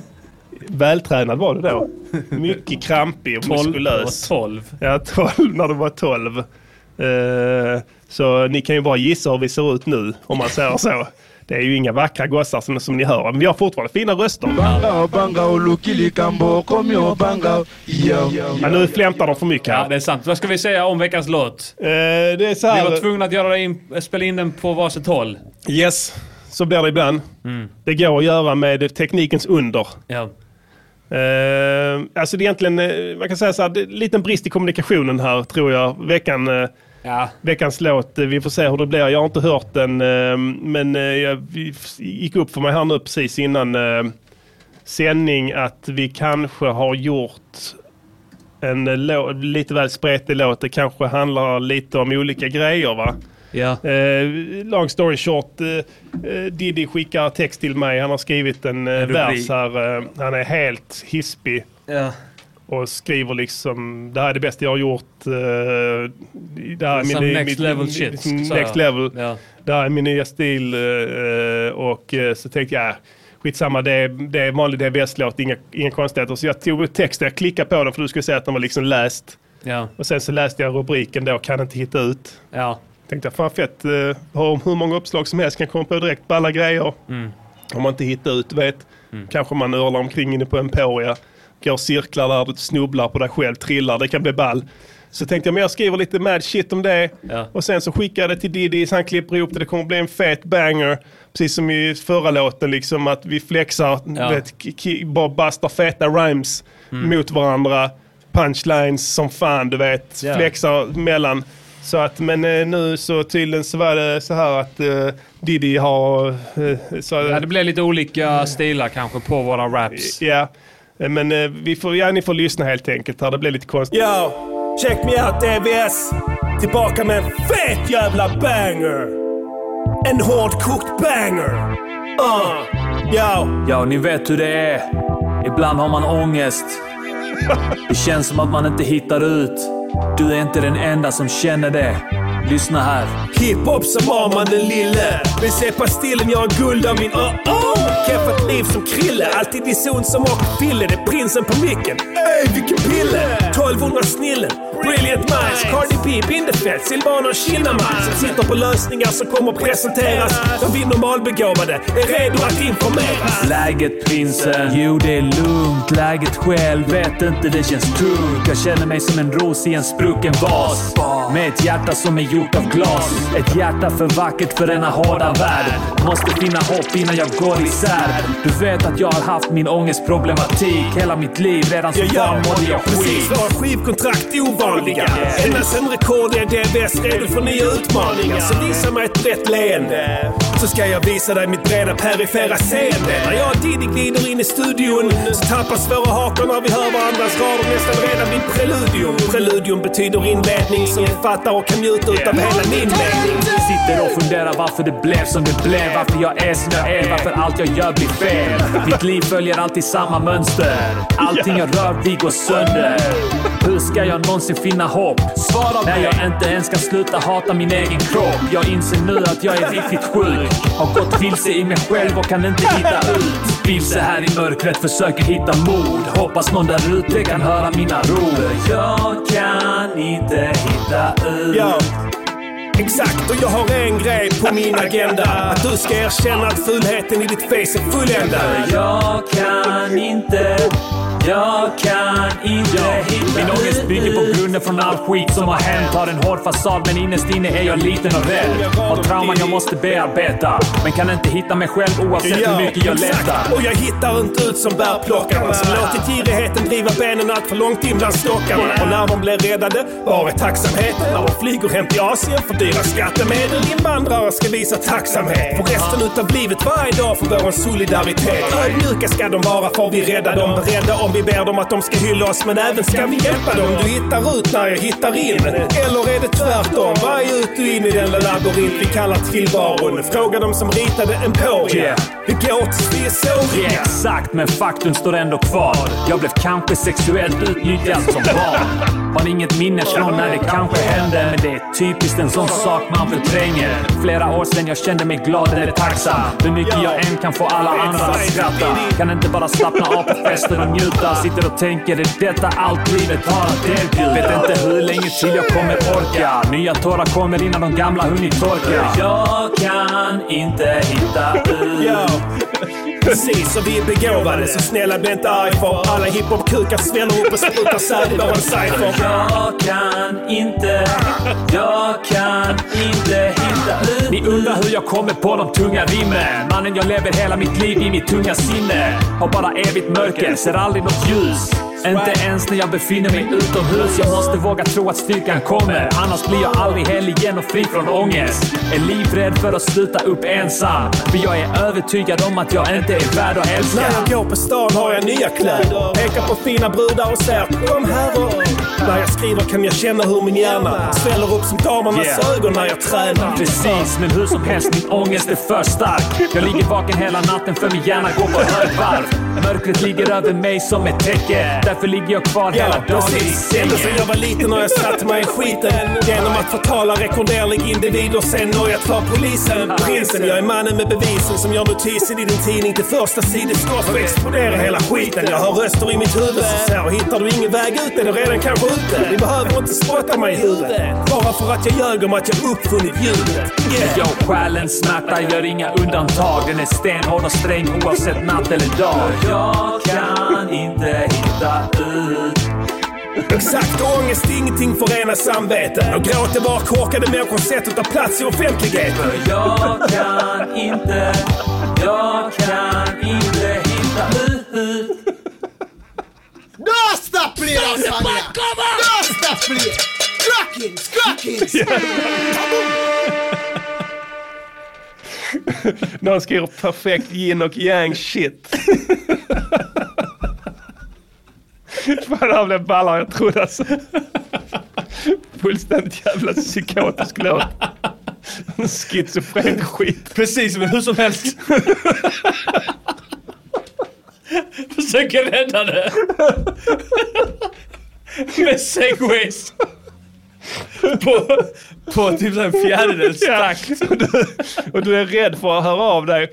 S1: Vältränad var du då. Mycket krampig och
S4: 12,
S1: <laughs> muskulös.
S4: 12.
S1: Ja, 12 när du var 12. Eh, så ni kan ju bara gissa hur vi ser ut nu om man säger så. Det är ju inga vackra gossar som, som ni hör, men vi har fortfarande fina röster. Ja, nu flämtar de för mycket
S4: Ja,
S1: här.
S4: det är sant. Vad ska vi säga om veckans låt?
S1: Eh, det är så
S4: Vi
S1: här.
S4: var tvungna att göra det in, spela in den på varsitt håll.
S1: Yes, så blir det ibland.
S4: Mm.
S1: Det går att göra med teknikens under.
S4: Ja.
S1: Eh, alltså det är egentligen, eh, man kan säga så här, det är en liten brist i kommunikationen här tror jag. Veckan, eh,
S4: Ja.
S1: veckans låt, eh, vi får se hur det blir. Jag har inte hört den, eh, men eh, jag vi f- gick upp för mig här nu precis innan eh, sändning att vi kanske har gjort en eh, lå- lite väl spretig låt. Det kanske handlar lite om olika grejer va?
S4: Ja.
S1: Eh, long story short, eh, eh, Diddy skickar text till mig. Han har skrivit en eh,
S4: rubrik.
S1: vers här. Eh, han är helt hispig
S4: ja.
S1: och skriver liksom det här är det bästa jag har gjort. Eh, det här är
S4: Some Alltså, next level shit,
S1: mitt
S4: sa
S1: Next
S4: jag.
S1: level.
S4: Ja.
S1: Det här är min nya stil. eh, och eh, så tänkte jag, skitsamma det är, det är vanlig DVS-låt, inga, inga konstigheter. Så jag tog texten, jag klickade på den för du skulle säga att den var liksom läst.
S4: Ja.
S1: Och sen så läste jag rubriken då, kan inte hitta ut.
S4: Ja.
S1: Tänkte jag, fan fett, eh, har hur många uppslag som helst, kan komma på direkt på alla grejer.
S4: Mm.
S1: Om man inte hittar ut, du vet, kanske man örlar omkring inne på Emporia, går cirklar där, du snubblar på dig själv, trillar, det kan bli ball. Så tänkte jag, men jag skriver lite mad shit om det.
S4: Ja.
S1: Och sen så skickar jag det till Diddy, så han klipper ihop det, det kommer bli en fet banger. Precis som i förra låten, liksom att vi flexar,
S4: Ja. Mm.
S1: du vet, ki- ki- bara bastar feta rhymes mot varandra. Punchlines som fan, du vet,
S4: Ja.
S1: flexar mellan. Så att, men eh, nu så tydligen så var det så här att eh, Diddy har... Eh, så,
S4: ja, det blev lite olika stilar kanske på våra raps.
S1: Ja. Eh, men eh, vi får, ja, ni får lyssna helt enkelt här, det blev lite konstigt.
S2: Yo, check me out DBS. Tillbaka med en fet jävla banger. En hårdkokt banger. Uh, yo.
S9: Ja, ni vet hur det är. Ibland har man ångest. Det känns som att man inte hittar ut. Du är inte den enda som känner det. Lyssna här.
S2: Hiphop så var man den lille. Men se pastillen, jag har guld av min uh-oh. Keffat liv som Krille. Alltid i zon som åker fille. Det är prinsen på micken. Öj, vilken pille! 1200 snillen. Brilliant minds. Cardi B, Bindefeld, Silvana och Kinnaman. Som sitter på lösningar som kommer presenteras. De vi normalbegåvade är redo att informeras.
S9: Läget prinsen? Jo, det är lugnt. Läget själv? Vet inte, det känns tungt. Jag känner mig som en ros i en sprucken vas. Med ett hjärta som är gjort av glas. Ett hjärta för vackert för denna hårda värld. Måste finna hopp innan jag går isär. Du vet att jag har haft min ångestproblematik hela mitt liv. Redan som barn mådde jag
S2: Precis,
S9: skit.
S2: våra skivkontrakt är ovanliga. Ända sen rekord är DBS redo för nya utmaningar. Så visa mig ett brett leende. Så ska jag visa dig mitt breda perifera seende. När jag och Diddy glider in i studion så tappas våra hakor när vi hör varandras rader nästan redan vid preludium. Preludium betyder inledning som vi fattar och kan njuta utav hela din mening.
S9: Sitter och funderar varför det blev som det blev. Varför jag är som jag är. Varför allt jag gör blir fel. Mitt liv följer alltid samma mönster. Allting jag rör vid går sönder. Hur ska jag någonsin finna hopp? Svara När jag inte ens kan sluta hata min egen kropp. Jag inser nu att jag är riktigt sjuk. Har gått vilse i mig själv och kan inte hitta ut. Vilse här i mörkret, försöker hitta mod. Hoppas någon där ute kan höra mina rop. Jag kan inte hitta ut.
S2: Ja, exakt. Och jag har en grej på min agenda. Att du ska erkänna att fulheten i ditt face är fulländad.
S9: Jag kan inte
S4: Jag kan inte hitta Min ångest bygger på grunden från all skit som har hänt. Har en hård fasad men innerst inne är jag liten och rädd. Har trauman jag måste bearbeta. Men kan inte hitta mig själv oavsett hur mycket jag letar.
S2: Och jag hittar inte ut som bärplockarna som låtit girigheten driva benen allt för långt in bland stockarna. Och när de blev räddade, var är tacksamheten? När de flyger hem till Asien för dyra skattemedel. Invandrare ska visa tacksamhet för resten utav livet varje dag för vår solidaritet. Ödmjuka ska de vara för vi räddar dem. Beredda om vi ber dem att de ska hylla oss men även ska vi hjälpa dem. Du hittar ut när jag hittar in. Eller är det tvärtom? Vad är ut och in i den labyrint vi kallar tillvaron? Fråga dem som ritade Emporia.
S4: Yeah.
S2: Det går tills vi är såriga.
S4: Exakt, men faktum står ändå kvar. Jag blev kanske sexuellt utnyttjad som barn. Har inget minne från när det kanske hände, men det är typiskt en sån sak man förtränger. Flera år sedan jag kände mig glad eller tacksam. Hur mycket jag än kan få alla andra att skratta. Kan inte bara slappna av på festen och njuta. Sitter och tänker, är detta allt livet har att erbjuda? Vet inte hur länge till jag kommer orka. Nya tårar kommer innan de gamla hunnit torka. Jag kan inte hitta ut.
S2: Ja, Precis, och vi är begåvade. Så snälla bli inte arg för alla hiphop-kukar sväller upp och sprutar säd i våran cypher.
S4: Jag kan inte, jag kan inte hitta ut Ni undrar hur jag kommer på de tunga rimmen Mannen jag lever hela mitt liv i mitt tunga sinne Har bara evigt mörker, ser aldrig något ljus inte ens när jag befinner mig utomhus. Jag måste våga tro att styrkan kommer. Annars blir jag aldrig hel igen och fri från ångest. Är livrädd för att sluta upp ensam. För jag är övertygad om att jag inte är värd att älska.
S2: När jag går på stan har jag nya kläder. Pekar på fina brudar och säger kom här och... När jag skriver kan jag känna hur min hjärna sväller upp som damernas
S4: Yeah.
S2: ögon när jag tränar.
S4: Precis, men hur som helst, min ångest är för stark. Jag ligger vaken hela natten för min hjärna går på högvarv. Mörkret ligger över mig som ett täcke. Därför ligger jag kvar hela
S2: Ja,
S4: dagen i
S2: precis. Ända sedan jag
S4: sängen.
S2: var liten och jag satte mig i skiten genom att förtala rekorderlig individ och sen nojat för polisen. Prinsen, jag är mannen med bevisen som gör notisen i din tidning till första sidestoff och exponerar hela skiten. Jag hör röster i mitt huvud som säger hittar du ingen väg ut är du redan kanske ute. Ni behöver inte spotta mig i huvudet bara för att jag ljög om att jag uppfunnit ljudet. Yeah.
S4: Yo, själens smärta gör inga undantag. Den är stenhård och sträng oavsett natt eller dag. Jag kan inte hitta ut.
S2: Exakt, och ångest är ingenting för rena samveten. Och gråt är bara korkade människors sätt att ta plats i offentligheten.
S4: Jag kan inte, jag kan inte hitta ut.
S10: Dosta play, Rosalia! Dosta play! Crackings, crackings!
S1: Någon skriver perfekt yin och yang shit. Fan, det här blev ballare än jag trodde alltså. Fullständigt jävla psykotisk låt. Schizofren skit.
S11: Precis, men hur som helst. Försöker rädda det. Med segways. På, på typ så här en fjärdedels
S1: Ja.
S11: takt.
S1: Och, du, och du är rädd för att höra av dig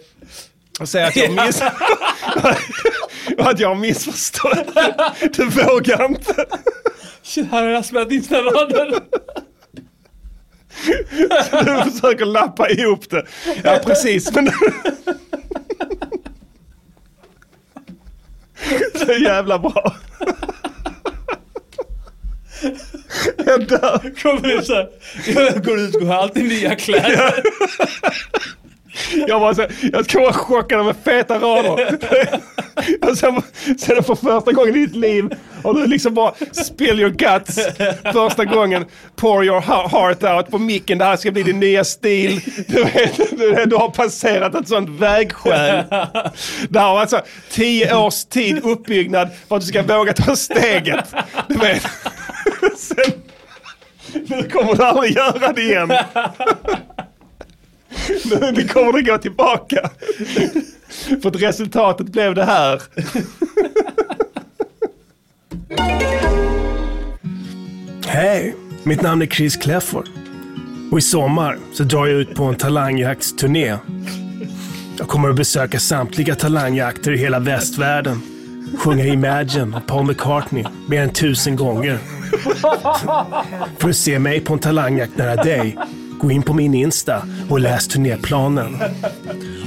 S1: och säga att jag, miss, <laughs> och att jag har missförstått. Du vågar inte.
S11: Shit, här har jag spelat in den här raden.
S1: Du försöker lappa ihop det. Ja, precis. Men... Så jävla bra. Jag dör.
S11: Kommer ut såhär. Jag går ut och har alltid nya kläder.
S1: Jag, bara så, jag ska vara chockad med feta rader. Och sen, sen för första gången i ditt liv har du liksom bara spill your guts första gången. Pour your ha- heart out på micken. Det här ska bli din nya stil. Du, vet, du, du har passerat ett sånt vägskäl. Det här var alltså tio års tid uppbyggnad för att du ska våga ta steget. Du vet. Sen, nu kommer du aldrig göra det igen. Nu nu kommer det gå tillbaka. För att resultatet blev det här.
S2: Hej, mitt namn är Chris Clefford. Och i sommar så drar jag ut på en talangjaktsturné. Jag kommer att besöka samtliga talangjakter i hela västvärlden. Sjunga Imagine av Paul McCartney mer än tusen gånger. För att se mig på en talangjakt nära dig, gå in på min Insta och läs turnéplanen.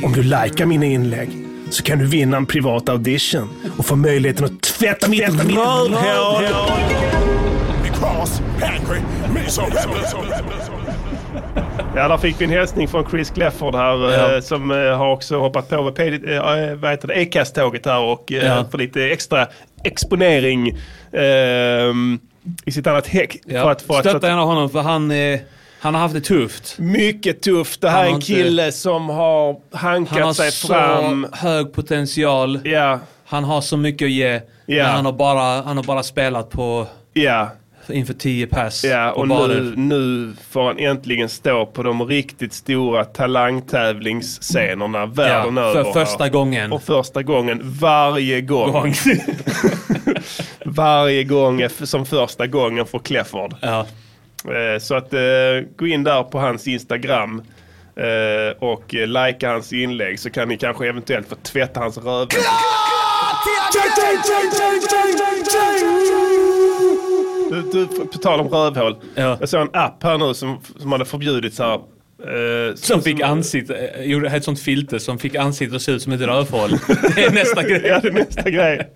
S2: Om du likar mina inlägg så kan du vinna en privat audition och få möjligheten att
S1: tvätta mitt rövhål.
S5: Because angry, me so rebels.
S1: Ja, där fick vi en hälsning från Chris Clefford här eh, som eh, har också hoppat på vad P- eh, vad heter det, Acast-tåget här och eh,
S4: Ja.
S1: för lite extra exponering ehm, i sitt annat häck. För
S4: Ja.
S1: att, för att, så
S4: Stötta
S1: att,
S4: gärna honom för han, eh, han har haft det tufft.
S1: mycket tufft. Det här
S4: Han
S1: är
S4: har
S1: en
S4: inte-
S1: kille som har hankat
S4: Han har
S1: sig
S4: så
S1: fram.
S4: hög potential.
S1: Ja,
S4: Han har så mycket att ge.
S1: Ja.
S4: Men han har, bara, han har bara spelat på
S1: ja,
S4: inför 10 pass.
S1: ja.
S4: på
S1: Och
S4: barer.
S1: nu, nu får han äntligen stå på de riktigt stora talangtävlingsscenerna
S4: ja,
S1: världen över.
S4: för
S1: här.
S4: första gången.
S1: Och första gången, varje gång.
S4: Gång.
S1: <laughs> Varje gång är f- som första gången för Clefford.
S4: ja.
S1: Eh, Så att eh, gå in där på hans Instagram eh, och eh, likea hans inlägg så kan ni kanske eventuellt få tvätta hans röv. Du, du, på tal om rövhål.
S4: Ja.
S1: Jag såg en app här nu som, som hade förbjudits här. eh,
S4: Som fick ansikte, eh, gjorde ett sånt filter som fick ansiktet att se ut som ett rövhål. Det är nästa grej.
S1: Ja, det är nästa grej.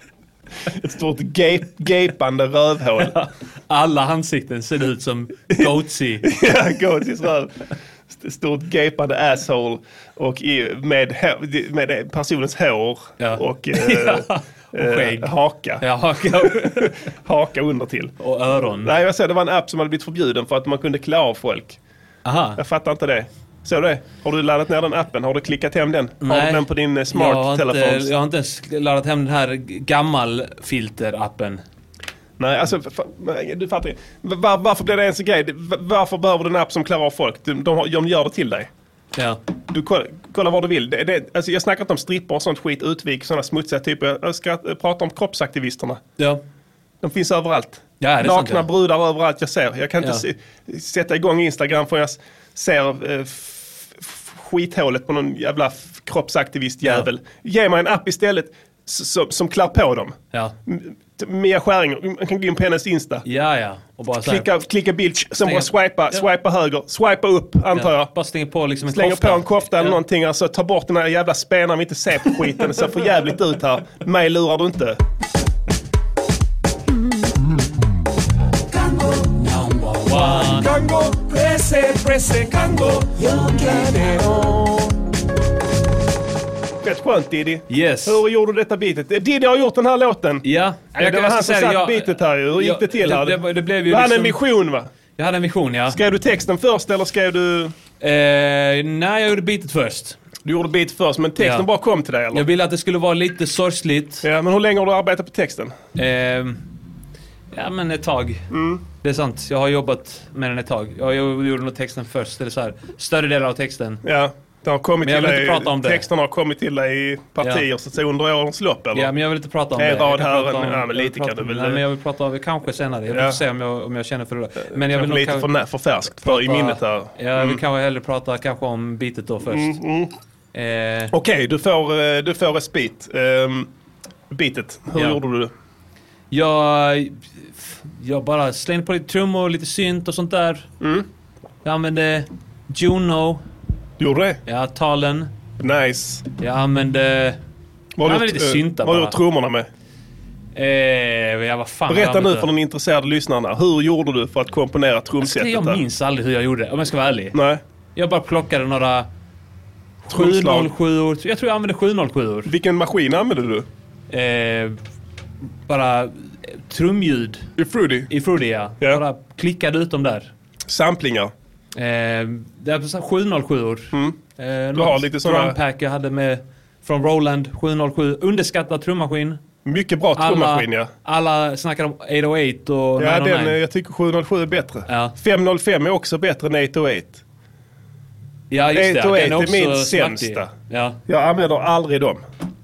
S1: Ett stort gape, gapande rövhål.
S4: <laughs> Alla ansikten ser ut som Goatsy.
S1: Ja, <laughs> Goatis röv. St- Stort gapande asshole och i, med, hå- med personens hår
S4: Ja. <laughs>
S1: och, eh,
S4: skägg.
S1: eh, haka.
S4: Ja, <laughs>
S1: haka under till.
S4: och öron.
S1: Nej, jag såg det var en app som hade blivit förbjuden för att man kunde klä av folk.
S4: Aha.
S1: Jag fattar inte det. Såg du det? Har du laddat ner den appen? Har du klickat hem den? Har
S4: Nej.
S1: du den på din eh,
S4: jag, har
S1: smart telefon?
S4: inte, jag har inte ens laddat hem den här gammal filterappen.
S1: Nej, alltså fa- fa- nej, du fattar ju. Var, varför blir det ens en grej? Det- va- Varför behöver du en app som klarar av folk? De, de, har- de gör det till dig.
S4: Ja.
S1: Du kolla, kolla vad du vill. Det, det, alltså jag snackar inte om strippor och sånt skit, utvik, sådana smutsiga typer. Jag- Jag ska prata om kroppsaktivisterna.
S4: Ja.
S1: De finns överallt.
S4: Ja, det är sant,
S1: Nakna
S4: ja.
S1: brudar överallt jag ser. Jag kan inte
S4: Ja.
S1: se, sätta igång Instagram förrän jag s- ser eh, f- f- skithålet på någon jävla f- kroppsaktivistjävel. Ge mig en app istället s- som, som klär på dem.
S4: Ja.
S1: M- t- Mia Skäringer, man kan gå in på hennes Insta.
S4: Ja, ja. Och bara så här-
S1: Klicka, klicka bild, sen bara
S4: Stänga-
S1: swipa,
S4: Ja.
S1: swipa höger, swipa upp antar jag.
S4: ja. Bara stänga på liksom en
S1: Slänger
S4: kofta.
S1: på en kofta eller
S4: Ja.
S1: någonting, alltså ta bort den här jävla spenaren vi inte ser på skiten. Det ser för jävligt ut här. Mig lurar du inte. Rätt skönt Diddy.
S4: Yes.
S1: Hur gjorde du detta bitet? Diddy har gjort den här låten.
S4: Ja.
S1: det var
S4: jag
S1: han
S4: ska
S1: som
S4: säga
S1: satt
S4: det, jag-
S1: bitet här ju. Hur gick
S4: Ja,
S1: det till
S4: det-
S1: här?
S4: det- det blev ju
S1: Du hade en
S4: liksom-
S1: vision va?
S4: Jag hade en vision, ja.
S1: Skrev du texten först eller skrev du...
S4: Eh, nej, jag gjorde bitet först.
S1: Du gjorde bit först men texten
S4: Ja.
S1: bara kom till dig eller?
S4: Jag ville att det skulle vara lite sorgligt.
S1: Ja, men hur länge har du arbetat på texten?
S4: Ehm, ja, men ett tag.
S1: Mm.
S4: Det är sant. Jag har jobbat med den ett tag. Jag gjorde nog texten först, eller så här. större delen av texten.
S1: Ja, det har kommit
S4: Men jag
S1: till
S4: vill inte
S1: dig,
S4: prata om det.
S1: texterna har kommit till dig i partier
S4: Ja.
S1: så att säga under årens lopp eller?
S4: Ja, men jag vill inte prata om
S1: En
S4: det. Jag
S1: rad
S4: kan
S1: här,
S4: prata
S1: en- ja, men
S4: jag vill
S1: lite
S4: prata
S1: kan du
S4: om-
S1: väl-
S4: Nej, men jag vill prata om det kanske senare. Jag vill
S1: Ja. Eh,
S4: se om jag, om jag känner för det. Men jag
S1: Kanske
S4: vill nog
S1: lite
S4: kanske-
S1: för, nä- för färskt för i
S4: prata-
S1: minnet här. Mm.
S4: Ja, jag vill kanske hellre prata kanske om bitet då först. Eh,
S1: Okej, du får, eh, du får respit. Um, bitet, hur
S4: Ja.
S1: gjorde du det?
S4: Jag, jag bara slängde på lite trummor och lite synt och sånt där.
S1: Mm.
S4: Jag använde Juno,
S1: Du gjorde det?
S4: ja, talen.
S1: Nice.
S4: Jag använde...
S1: Var
S4: Ja, men lite syntar
S1: eh, Vad
S4: bara.
S1: gjorde trummorna med?
S4: Eh, ja, vad fan
S1: Berätta
S4: jag
S1: nu
S4: använde.
S1: för den intresserade lyssnaren här. Hur gjorde du för att komponera trumsetet?
S4: Alltså, Jag
S1: där?
S4: minns aldrig hur jag gjorde, om jag ska vara ärlig.
S1: Nej.
S4: Jag bara plockade några
S1: Trumslag.
S4: 707 or Jag tror jag använde 707
S1: Vilken maskin använde du?
S4: eh, Bara eh, trumljud
S1: I Fruity?
S4: i Fruity, ja.
S1: Ja.
S4: Bara klickade ut dem där.
S1: Samplingar?
S4: Eh, det är så här 707 or eh, Du
S1: Mm. har lite såna-
S4: Drumpack jag hade med från Roland 707. Underskattad trummaskin.
S1: Mycket bra
S4: Alla,
S1: trummaskin ja.
S4: alla snackar om 808 och
S1: Ja, den, eh,
S4: 909.
S1: jag tycker 707 är bättre.
S4: Ja.
S1: 505 är också bättre än 808.
S4: Ja, just det.
S1: 808
S4: Den
S1: är
S4: är också
S1: min
S4: smartig.
S1: sämsta.
S4: Ja.
S1: Jag använder aldrig dem.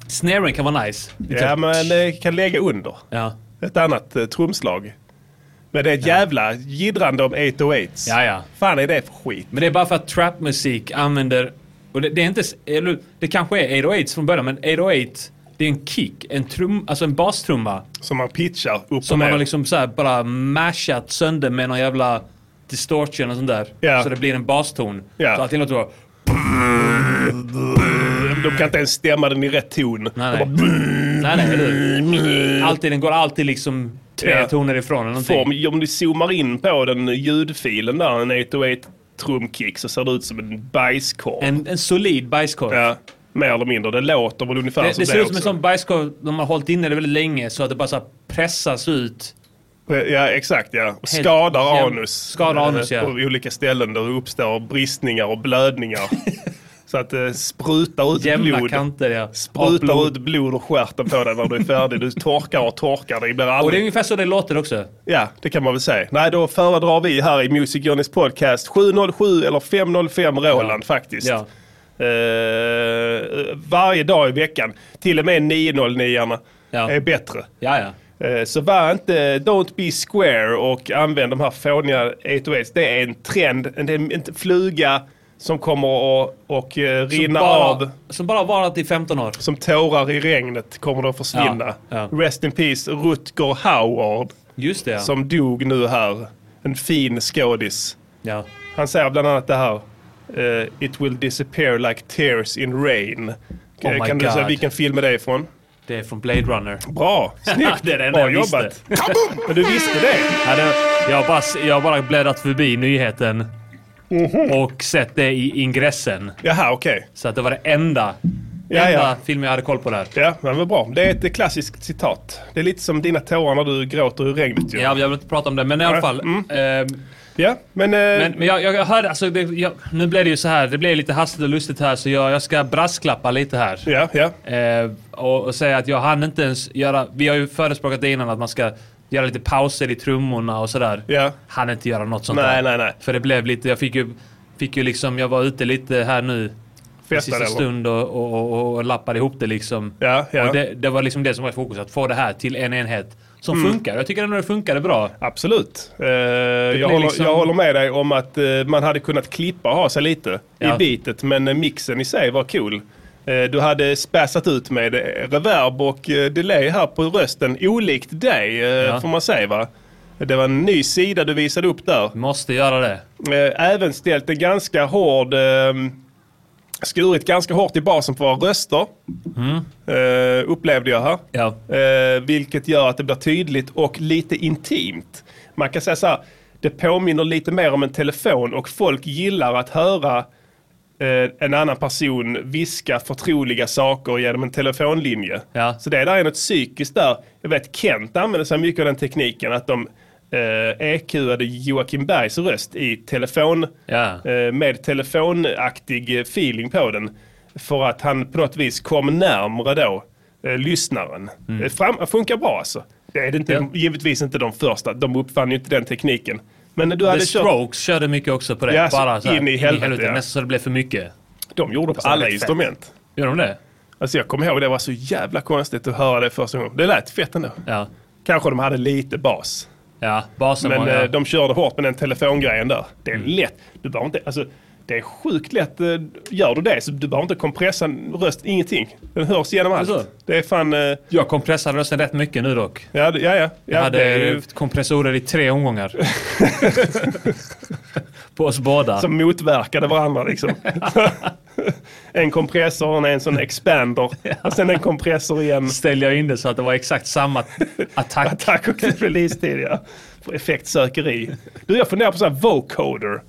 S4: Snaren kan vara nice.
S1: Ja, men eh, kan lägga under
S4: Ja.
S1: ett annat eh, trumslag. Men det är ett jävla jiddrande om 808.
S4: Ja, ja.
S1: Fan är det för skit?
S4: Men det är bara för att trapmusik använder... Och det, det är inte... s- Eller, det kanske är 808 från början, men 808 det är en kick, en trum, alltså en bastrumma
S1: Som man pitchar upp
S4: som
S1: och
S4: man
S1: ner.
S4: har liksom så här bara mashat sönder med någon jävla distortion och sånt där.
S1: Ja.
S4: Så det blir en baston.
S1: Ja.
S4: Så allting låter bara...
S1: De kan inte ens stämma den i rätt ton.
S4: Nej, nej. nej, nej eller hur? alltid, Den går alltid liksom tre
S1: Ja.
S4: toner ifrån eller någonting.
S1: Form, om du zoomar in på den ljudfilen där, en 808 trumkick, så ser det ut som en bajskorv.
S4: En, en solid bajskorv.
S1: Ja, mer eller mindre. Det låter väl ungefär
S4: Det,
S1: som
S4: det ser ut som en
S1: också.
S4: sån bajskorv de har hållit inne det väldigt länge så att det bara så här pressas ut.
S1: Eh, Ja, exakt ja. Och skadar
S4: jäm-
S1: anus.
S4: skadar anus,
S1: eh,
S4: ja.
S1: På olika ställen där det uppstår bristningar och
S4: <laughs>
S1: blödningar. så att det sprutar ut
S4: Jämna
S1: blod.
S4: kanter ja.
S1: Sprutar
S4: Av blod.
S1: ut blod och stjärten på dig när du är färdig. Du torkar och torkar. Det blir
S4: Och det är
S1: aldrig...
S4: ungefär så det låter också.
S1: Ja, det kan man väl säga. Nej, då föredrar vi här i Music Journeys podcast 707 eller 505 Roland faktiskt.
S4: Ja.
S1: Eh, varje dag i veckan. Till och med 909
S4: Ja.
S1: är bättre.
S4: Ja, ja.
S1: Eh, Så var inte don't be square och använd de här fåniga 808s. Det är en trend, en, en, en fluga som kommer och, och eh,
S4: Som
S1: rinna av.
S4: bara, som bara har varat i 15 år.
S1: Som tårar i regnet kommer de att försvinna.
S4: Ja, ja.
S1: Rest in peace Rutger Howard
S4: Just det ja.
S1: som dog nu här. En fin skådis.
S4: ja.
S1: Han säger bland annat det här. eh, It will disappear like tears in rain. Eh,
S4: Oh my
S1: kan du säga
S4: God.
S1: vilken film är det ifrån?
S4: Det är från Blade Runner. <laughs>
S1: Bra! Snyggt!
S4: det är det enda
S1: Bra
S4: jag visste.
S1: jobbat! Men du visste det?
S4: Ja, det, jag, har bara, jag har bara bläddrat förbi nyheten.
S1: Mhm.
S4: Och sett det i ingressen.
S1: Jaha, okej.
S4: Så att det var det enda,
S1: Ja,
S4: enda
S1: ja.
S4: film jag hade koll på där.
S1: Ja, men vad bra. Det är ett eh, klassiskt citat. Det är lite som dina tårar när du gråter i regnet ju.
S4: Ja, jag vill inte prata om det, men i alla fall.
S1: Mm.
S4: ehm,
S1: Ja, men... eh,
S4: men, men jag, jag hörde, alltså, det, jag, nu blev det ju så här, det blev lite hastigt och lustigt här så jag, jag ska brasklappa lite här.
S1: ja, ja.
S4: Eh, och, och säga att jag hann inte ens göra... Vi har ju förespråkat det innan att man ska göra lite pauser i trummorna och sådär.
S1: Ja.
S4: Hann inte göra något sånt
S1: Nej,
S4: där.
S1: nej, nej.
S4: För det blev lite... Jag fick ju, fick ju liksom... Jag var ute lite här nu i
S1: Festade,
S4: sista
S1: eller?
S4: stund och, och, och, och lappade ihop det liksom.
S1: Ja, ja.
S4: Och det, det var liksom det som var i fokus, att få det här till en enhet som
S1: Mm.
S4: funkar. Jag tycker ändå det funkade bra.
S1: Absolut. Eh, jag,
S4: blir
S1: håller,
S4: liksom-
S1: jag håller med dig om att eh, man hade kunnat klippa och ha sig lite i
S4: Ja.
S1: bitet, men eh, mixen i sig var cool. Eh, du hade späsat ut med eh, reverb och eh, delay här på rösten, olikt dig, eh, får man säga va? Det var en ny sida du visade upp där.
S4: Måste göra det.
S1: Eh, även ställt en ganska hård, eh, skurit ganska hårt i basen på våra röster. Eh, upplevde jag här.
S4: Ja.
S1: Eh, vilket gör att det blir tydligt och lite intimt. Man kan säga så här, det påminner lite mer om en telefon och folk gillar att höra eh, en annan person viska förtroliga saker genom en telefonlinje.
S4: Ja.
S1: Så det där är något psykiskt där. Jag vet Kent använder sig mycket av den tekniken att de eh, EQade Joakim Bergs röst i telefon
S4: Ja.
S1: eh, med telefonaktig eh, feeling på den. För att han på något vis kom närmre då eh, lyssnaren. Det fram, funkar bra alltså. Det är det inte,
S4: Mm. Ja.
S1: givetvis inte de första, de uppfann ju inte den tekniken. Men du
S4: The
S1: hade kört,
S4: Strokes körde mycket också på det.
S1: Ja, så
S4: Bara så här,
S1: in i helvete, ja.
S4: Nästan så det blev för mycket.
S1: de gjorde på alla
S4: fett.
S1: instrument.
S4: Gör de det?
S1: Alltså jag kommer ihåg det var så jävla konstigt att höra det första gången. Det lät fett ändå.
S4: Ja.
S1: Kanske de hade lite bas.
S4: Ja, basen
S1: Men
S4: var...
S1: eh,
S4: ja.
S1: de körde hårt med den telefongrejen där. Det är lätt. Du behöver inte, alltså, det är sjukt lätt. eh, Gör du det så du behöver inte kompressa en röst, ingenting. Den hörs genom allt.
S4: så?
S1: Det är fan... eh,
S4: Jag kompressade rösten rätt mycket nu dock.
S1: Ja, det- ja, ja.
S4: Jag
S1: ja det
S4: hade
S1: är ju
S4: kompressorer i
S1: <laughs>
S4: tre omgångar. <laughs> på oss båda.
S1: som motverkade varandra <laughs> liksom. en kompressor och en sån <laughs> expander. Och sen en kompressor igen.
S4: ställde jag in det så att det var exakt samma attack.
S1: Attack och release-tid ja. För Effektsökeri. Du, jag funderar på sån här vocoder. Har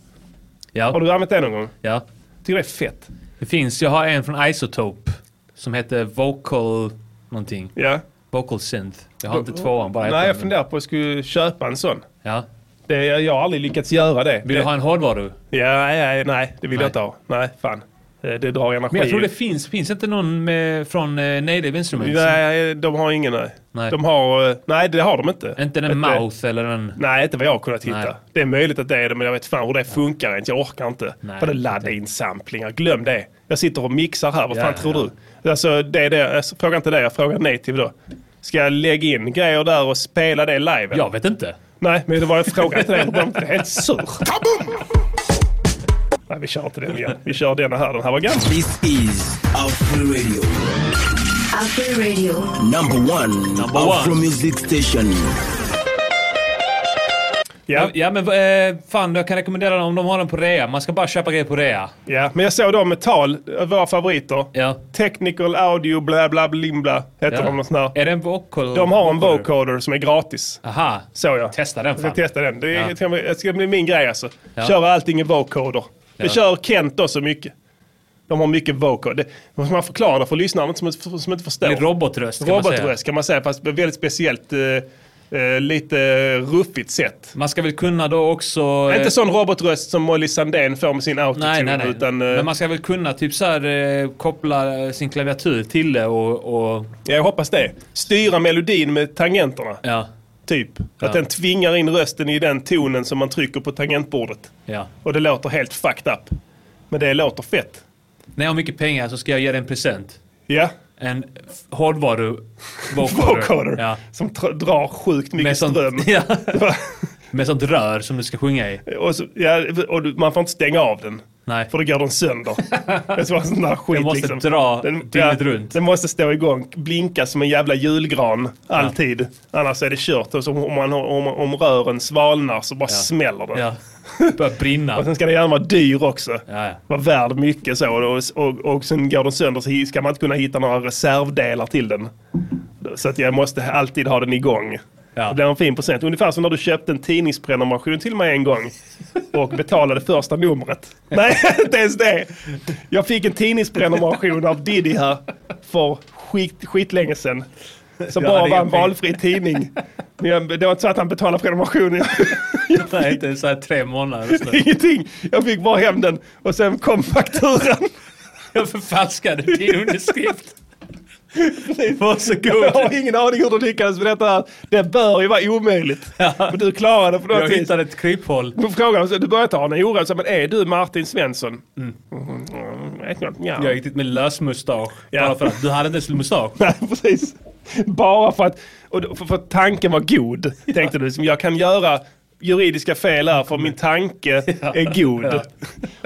S4: Ja,
S1: du använt det någon gång?
S4: ja.
S1: Tycker det är fett.
S4: Det finns, jag har en från Isotope som heter Vocal någonting.
S1: Ja.
S4: Vocal Synth. Jag har inte tvåan, bara ettan.
S1: Nej, jag funderar på att jag skulle köpa en sån.
S4: Ja.
S1: Det, jag, jag har aldrig lyckats göra det.
S4: Vill du
S1: det
S4: ha en hårdvaru?
S1: ja, nej, nej, nej, det vill
S4: Nej.
S1: jag inte ha. Nej, fan. Eh, Det drar energi.
S4: Men jag tror
S1: ju.
S4: det finns, finns inte någon med, från eh, Native Instruments?
S1: Nej, de har ingen. Nej.
S4: Nej.
S1: De har, eh, nej, det har de inte.
S4: Inte den
S1: Ett, eh,
S4: Mouth eller den...
S1: Nej, inte vad jag har kunnat hitta.
S4: Nej.
S1: Det är möjligt att det är det, men jag vet fan hur det funkar inte. Jag orkar inte.
S4: Nej,
S1: För det
S4: jag
S1: ladda in samplingar, glöm det. Jag sitter och mixar här, vad
S4: Ja,
S1: fan
S4: ja,
S1: tror du? Alltså, det är det. Jag frågar inte det, jag frågar native då. Ska jag lägga in grejer där och spela det live? eller?
S4: Jag vet inte.
S1: Nej, men det var en fråga till dig. Jag blev helt sur. Nej, vi kör inte den igen. Vi kör denna här. Den här var ganska...
S3: This is Afro Radio,
S12: Afro Radio.
S3: number one, number
S4: one.
S3: Afro music station.
S4: Ja, ja men eh, fan jag kan rekommendera den om de har den på rea. Man ska bara köpa grejer på rea.
S1: Ja, men jag såg då Metall, eh, våra favoriter. Technical Audio bla bla blimbla heter
S4: Ja.
S1: de något sånt där.
S4: Är det en vocal?
S1: De har en vocoder som är gratis.
S4: Aha.
S1: Såg jag.
S4: Testa den
S1: Jag ska
S4: fan.
S1: testa den. Det, är,
S4: Ja.
S1: det ska bli- det ska bli min grej alltså.
S4: Ja.
S1: Köra allting i vocoder. Det
S4: Ja.
S1: kör Kent också mycket. De har mycket vocoder. Det måste man förklara det för lyssnarna som, inte- som inte förstår.
S4: Det är robotröst, kan man säga.
S1: Robotröst kan man säga, fast på ett väldigt speciellt, eh, eh, lite ruffigt sätt.
S4: Man ska väl kunna då också... eh,
S1: Inte sån robotröst som Molly Sandén får med sin autotune.
S4: Nej, nej, nej.
S1: Utan, eh,
S4: Men man ska väl kunna typ så här, eh, koppla eh, sin klaviatur till det och... och...
S1: Ja, jag hoppas det. Styra melodin med tangenterna.
S4: Ja.
S1: Typ.
S4: Ja.
S1: Att den tvingar in rösten i den tonen som man trycker på tangentbordet.
S4: Ja.
S1: Och det låter helt fucked up. Men det låter fett.
S4: När jag har mycket pengar så ska jag ge dig en present.
S1: Ja.
S4: En f-
S1: <laughs>
S4: hårdvaru...
S1: Vocoder.
S4: Ja.
S1: Som tr- drar sjukt mycket
S4: Med sånt- <laughs>
S1: ström. <laughs>
S4: Ja. Med sånt rör som du ska sjunga i.
S1: Och, så, ja, och du, man får inte stänga av den.
S4: Nej.
S1: För då går den
S4: <laughs>
S1: sönder. det var sån där skit
S4: Den måste
S1: liksom.
S4: dra dygnet runt.
S1: Den måste stå igång, blinka som en jävla julgran. Alltid. Annars är det kört. Och så om, man, har- om, om rören svalnar så bara smäller den.
S4: Ja. Börjar brinna.
S1: Och sen ska den gärna vara dyr också.
S4: Ja, ja.
S1: Vara värd mycket så. Och, och, och sen går den sönder så hi- ska man inte kunna hitta några reservdelar till den. Så att jag måste alltid ha den igång.
S4: Ja.
S1: Det blir en fin present. Ungefär som när du köpte en tidningsprenumeration till mig en gång. Och betalade första numret. Nej, <laughs> inte ens det. Jag fick en tidningsprenumeration av Diddy här. För skit, skitlänge sedan. Som
S4: Jag
S1: bara
S4: hade
S1: var en
S4: ingen peng.
S1: valfri tidning. Men jag- Det var inte så att han betalade prenumerationen.
S4: <laughs> <laughs> Nej, inte ens så här tre månader.
S1: <laughs>
S4: Så.
S1: Ingenting. Jag fick bara hem den och sen kom fakturan.
S4: Jag förfalskade din underskrift.
S1: <laughs>
S4: Varsågod.
S1: Jag har ingen aning hur du lyckades med detta. här. Det bör ju vara omöjligt. Men du klarade det på
S4: Jag
S1: något vis.
S4: hittade ett kryphål.
S1: På frågan, så du började ta honom i oro, så, men är du Martin Svensson? Mm. vet inte. Ja.
S4: Jag gick dit med lösmustasch.
S1: Ja.
S4: Bara för att du hade inte ens mustasch.
S1: <laughs> Nej, precis. Bara för att, och då- för, för att tanken var god,
S4: <laughs>
S1: tänkte du. Som jag kan göra juridiska fel här för min tanke är god.
S4: <laughs> Ja.
S1: <laughs>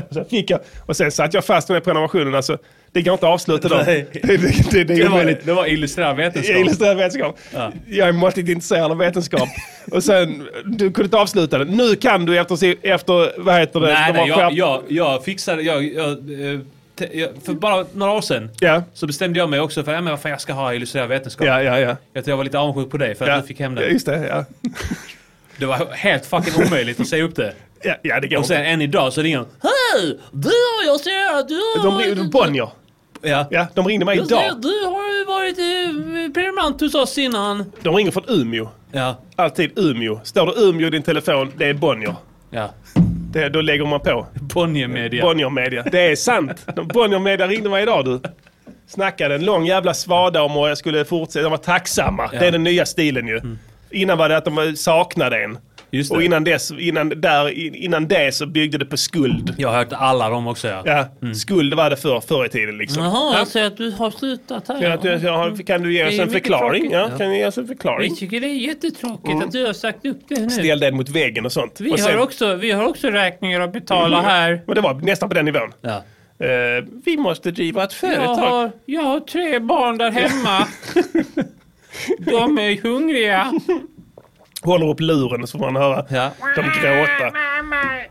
S1: Och sen fick jag, och sen satt jag fast med den här prenumerationen. Alltså, det går inte att avsluta dem.
S4: Nej.
S1: <laughs> Det, det, det, det
S4: Det
S1: är
S4: var,
S1: omöjligt.
S4: det var illustrerad vetenskap.
S1: Jag illustrerar vetenskap. Jag är måttligt intresserad av
S4: <laughs>
S1: vetenskap. och sen, du kunde inte avsluta det. Nu kan du efter, si- efter vad heter det?
S4: Nej,
S1: de
S4: nej,
S1: har
S4: jag,
S1: skärpt-
S4: jag, jag fixade... Jag, jag, eh, te- jag, för bara några år sedan
S1: Ja.
S4: så bestämde jag mig också för att jag ska ha illustrerad vetenskap.
S1: Ja, ja, ja.
S4: Jag tror jag var lite avundsjuk på dig för att
S1: ja.
S4: du fick hem
S1: Ja,
S4: den.
S1: Just det, ja.
S4: Det var helt fucking omöjligt att säga upp det.
S1: Ja, ja det går
S4: Och sen
S1: inte.
S4: än idag så ringer de. Hej! Du har jag ser att du
S1: De
S4: har...
S1: ringde, Bonnier.
S4: ja.
S1: Ja, de ringde mig
S4: Jag ser att
S1: idag.
S4: du har ju varit eh, prenumerant hos oss innan.
S1: De ringer från Umeå.
S4: Ja,
S1: Alltid Umeå. Står det Umeå i din telefon, det är Bonnier. <laughs>
S4: ja.
S1: Det, då lägger man på.
S4: Bonnier Media.
S1: Bonnier Media. Det är sant. De- Bonnier Media ringde mig idag du. Snackade en lång jävla svada om och jag skulle fortsätta. De var tacksamma. Det är den nya stilen ju. Innan var det att de var- saknade en.
S4: Mm. Just
S1: Och
S4: det.
S1: innan, dess, innan, där, in- innan det så byggde det på skuld.
S4: Jag har hört alla dem också ja.
S1: Ja, skuld var det för, förr i tiden liksom.
S4: Mm. Jaha, jag ser att du har slutat här.
S1: Ja, att jag- jag har- Kan du ge
S4: Det Mm. är
S1: oss en
S4: mycket
S1: förklaring?
S4: tråkigt.
S1: Ja, kan du ge oss en
S4: Vi
S1: förklaring?
S4: tycker det är jättetråkigt att du har sagt upp det nu.
S1: Ställ den mot väggen och sånt.
S4: Vi,
S1: Mm. och sen- Mm.
S4: har också, vi har också räkningar att betala här.
S1: Men det var nästan på den nivån.
S4: Ja.
S1: Eh, vi måste driva ett
S4: Jag,
S1: företag.
S4: har, jag har tre barn
S1: <laughs>
S4: där hemma. De är hungriga.
S1: Håller upp luren så får man höra
S4: Ja.
S1: dem gråta.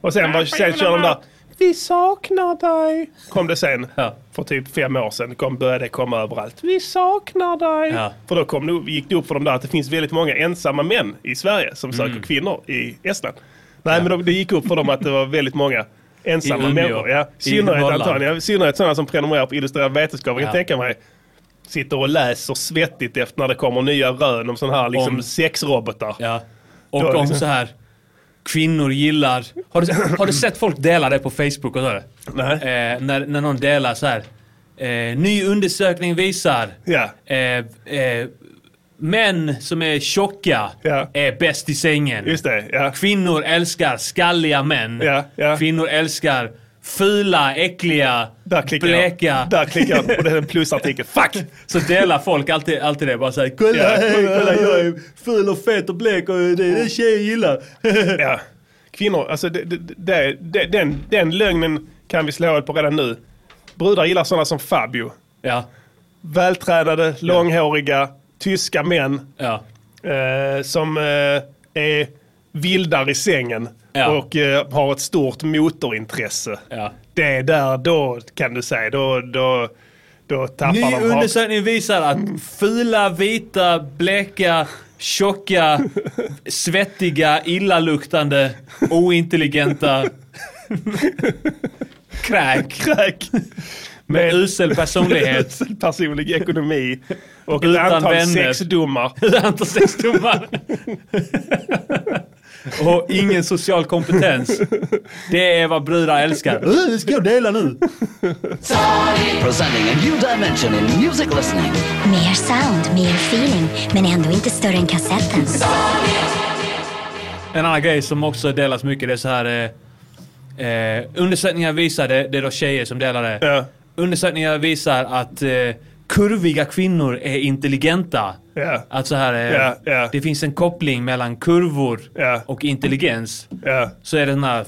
S1: Och sen, var, sen kör de där. Vi saknar dig. Kom det sen.
S4: Ja.
S1: För typ fem år sedan kom, började det komma överallt. Vi saknar dig.
S4: Ja.
S1: För då kom det, upp- gick det upp för dem där att det finns väldigt många ensamma män i Sverige som
S4: Mm.
S1: söker kvinnor i Estland. Nej, men de, det gick upp för dem att det var väldigt många ensamma
S4: Umeå.
S1: människor. Ja,
S4: I
S1: synnerhet
S4: Holland.
S1: antagligen. I synnerhet sådana som prenumererar på illustrerad vetenskap. Jag kan
S4: Ja.
S1: tänka mig sitter och läser svettigt efter när det kommer nya rön om sådana här liksom
S4: Om-
S1: sexrobotar.
S4: Ja.
S1: Då är
S4: Och
S1: det
S4: om
S1: liksom-
S4: så här, kvinnor gillar... Har du, har du sett folk dela det på Facebook och sådär?
S1: Nej.
S4: Eh, när, när någon delar så här. Eh, ny undersökning visar.
S1: Ja.
S4: Eh, eh, män som är tjocka
S1: Ja.
S4: är bäst i sängen.
S1: Just det, ja.
S4: Kvinnor älskar skalliga män.
S1: Ja, ja.
S4: Kvinnor älskar fula, äckliga,
S1: Där klickar
S4: bleka.
S1: jag. Där klickar jag på den
S4: <laughs>
S1: plusartikeln. Fuck!
S4: Så delar folk alltid, alltid det. Bara såhär, kolla,
S1: Ja.
S4: hej,
S1: <laughs>
S4: kolla jag är ful och fet och blek och det är det tjejer gillar. <laughs>
S1: Ja. Kvinnor, alltså det, det, det, det, den, den lögnen kan vi slå hål på redan nu. Brudar gillar sådana som Fabio.
S4: ja,
S1: Vältränade, långhåriga, tyska män
S4: ja.
S1: eh, som eh, är vildar i sängen och eh, har ett stort motorintresse. Det är där då kan du säga, då, då, då tappar
S4: Ny
S1: de hakan.
S4: undersökning visar att
S1: <laughs>
S4: fula, vita, bleka,
S1: <laughs>
S4: tjocka, svettiga, illaluktande, ointelligenta kräk.
S1: kräk.
S4: Med usel personlighet.
S1: Usel personlig ekonomi och ett
S4: Utan
S1: antal
S4: vänner.
S1: sexdomar.
S4: Ett antal sexdomar. Och ingen social kompetens. Det är vad brudar älskar. "Åh, Uh, Ska jag dela nu?
S13: Presenting a new dimension in music listening.
S12: Mer sound, mer feeling, men ändå inte större än kassetten.
S4: En annan grej som också delas mycket, det är så här... Eh, eh, undersökningar visar, det, det är då tjejer som delar det. Undersökningar visar att eh, kurviga kvinnor är intelligenta.
S1: Ja.
S4: Att så här, eh,
S1: Ja, ja.
S4: det finns en koppling mellan kurvor och intelligens. Så är det den här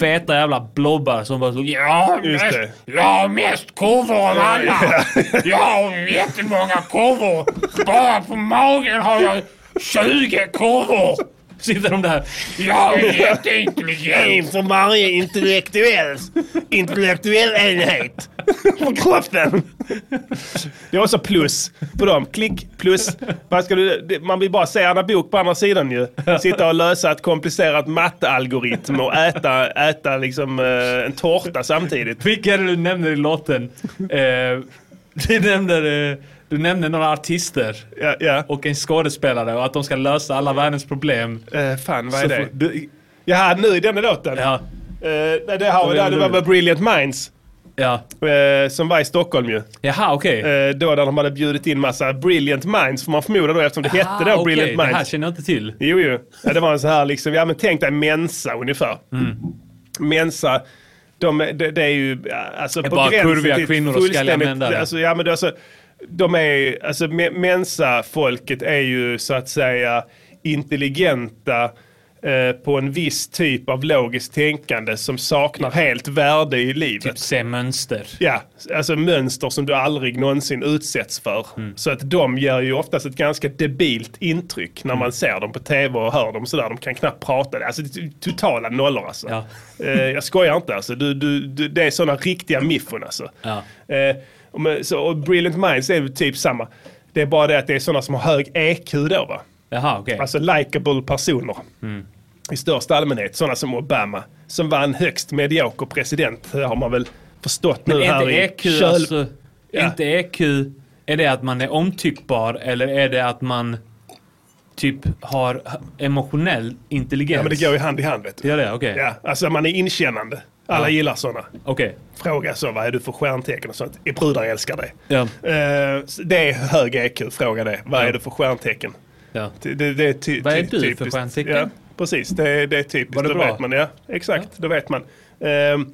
S4: feta jävla blobbar som bara så, ja,
S1: Just
S4: mest-
S1: det.
S4: ja, mest kurvor av alla.
S3: Jag har jättemånga kurvor. Bara på magen har jag 20 kurvor.
S4: Sitter de där?
S3: Jag är jätteintelligent.
S1: En för varje intellektuell, intellektuell enhet på kroppen. Det är också plus på dem. Klick, plus. Man, ska, du- det- man vill bara se Anna Bok på andra sidan ju. Sitta och lösa ett komplicerat mattealgoritm och äta, äta liksom, eh, en tårta samtidigt.
S4: Vilka är det du nämner i låten? Eh, <laughs> du, nämner, eh, du nämner några artister och en skådespelare och att de ska lösa alla världens problem.
S1: Eh, fan, vad är
S4: Så
S1: det?
S4: får- Du,
S1: Jaha, nu i denna låten?
S4: Ja.
S1: Eh, nej, det, har, det, det var med Brilliant Minds.
S4: Ja.
S1: Eh, som var i Stockholm ju.
S4: Jaha, okej.
S1: Eh, då där de hade bjudit in massa Brilliant Minds, får man förmoda då eftersom det hette då
S4: Ah, okej,
S1: Brilliant
S4: det här
S1: Minds.
S4: känner jag inte till.
S1: Jo, jo. Ja, det var en så här liksom, ja men tänk dig Mensa ungefär.
S4: Mm.
S1: Mensa, de, är- det, det är ju ja, alltså
S4: Det är
S1: på
S4: bara
S1: gränsen
S4: kurviga
S1: till ett
S4: kvinnor och skalliga män
S1: fullständigt-
S4: där.
S1: Alltså, ja men det, är alltså, de är ju, alltså me- Mensa-folket är ju så att säga intelligenta eh, på en viss typ av logiskt tänkande som saknar helt värde i livet.
S4: Typ se mönster.
S1: Ja, alltså mönster som du aldrig någonsin utsätts för.
S4: Mm.
S1: Så att de gör ju oftast ett ganska debilt intryck när
S4: Mm.
S1: man ser dem på tv och hör dem sådär. De kan knappt prata. Alltså det är totala nollor alltså.
S4: Ja.
S1: Eh, jag skojar inte alltså. Du, du, du, det är sådana riktiga miffon alltså.
S4: Ja.
S1: Eh, och, med, så, och Brilliant Minds är ju typ samma. Det är bara det att det är sådana som har hög EQ då va.
S4: Jaha, okej.
S1: Alltså likable personer.
S4: Mm.
S1: I största allmänhet. Sådana som Obama. Som var en högst medioker president. Det har man väl förstått
S4: Men
S1: nu
S4: är
S1: här
S4: inte
S1: i
S4: EQ,
S1: köl-
S4: alltså,
S1: Ja.
S4: inte EQ, är det att man är omtyckbar eller är det att man typ har emotionell intelligens?
S1: Ja, men det går ju hand i hand vet du.
S4: Gör det? Okej.
S1: Ja, alltså man är inkännande. Alla
S4: Ja.
S1: gillar sådana.
S4: Okej.
S1: Fråga så, vad är du för stjärntecken och sånt. Brudar älskar det.
S4: Ja.
S1: Eh, så det är hög EQ, fråga det. Vad är du för stjärntecken?
S4: Ja. <laughs>
S1: Det, det, det är ty-
S4: Vad är
S1: ty-
S4: du för
S1: typiskt.
S4: stjärntecken?
S1: Ja, precis, det, det är typiskt.
S4: Var det
S1: då
S4: bra?
S1: vet man. Ja, exakt, då vet man. Ehm,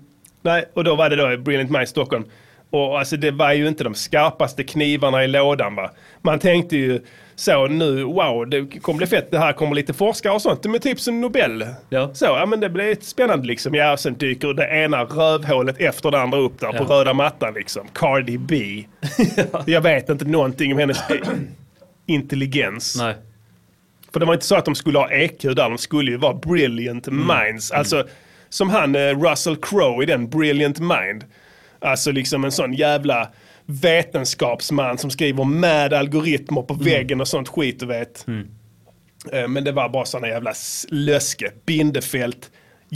S1: nej, och då var det då i Brilliant Minds Stockholm. Och alltså det var ju inte de skarpaste knivarna i lådan va. Man tänkte ju så nu, wow, det kommer bli fett, det här kommer lite forskare och sånt. Men typ som Nobel.
S4: Ja.
S1: Så, ja men det blir spännande liksom. Ja, och sen dyker det ena rövhålet efter det andra upp där på röda mattan liksom. Cardi
S4: <laughs>
S1: B. Jag vet inte någonting om
S4: <clears throat>
S1: hennes eh, intelligens.
S4: Nej.
S1: För det var inte så att de skulle ha EQ där, de skulle ju vara brilliant
S4: Mm.
S1: minds. Alltså, som han eh, Russell Crowe i den Brilliant Mind. Alltså liksom en sån jävla vetenskapsman som skriver mad algoritmer
S4: Mm.
S1: på väggen och sånt skit du vet. Eh, Men det var bara såna jävla s- löske, Bindefält,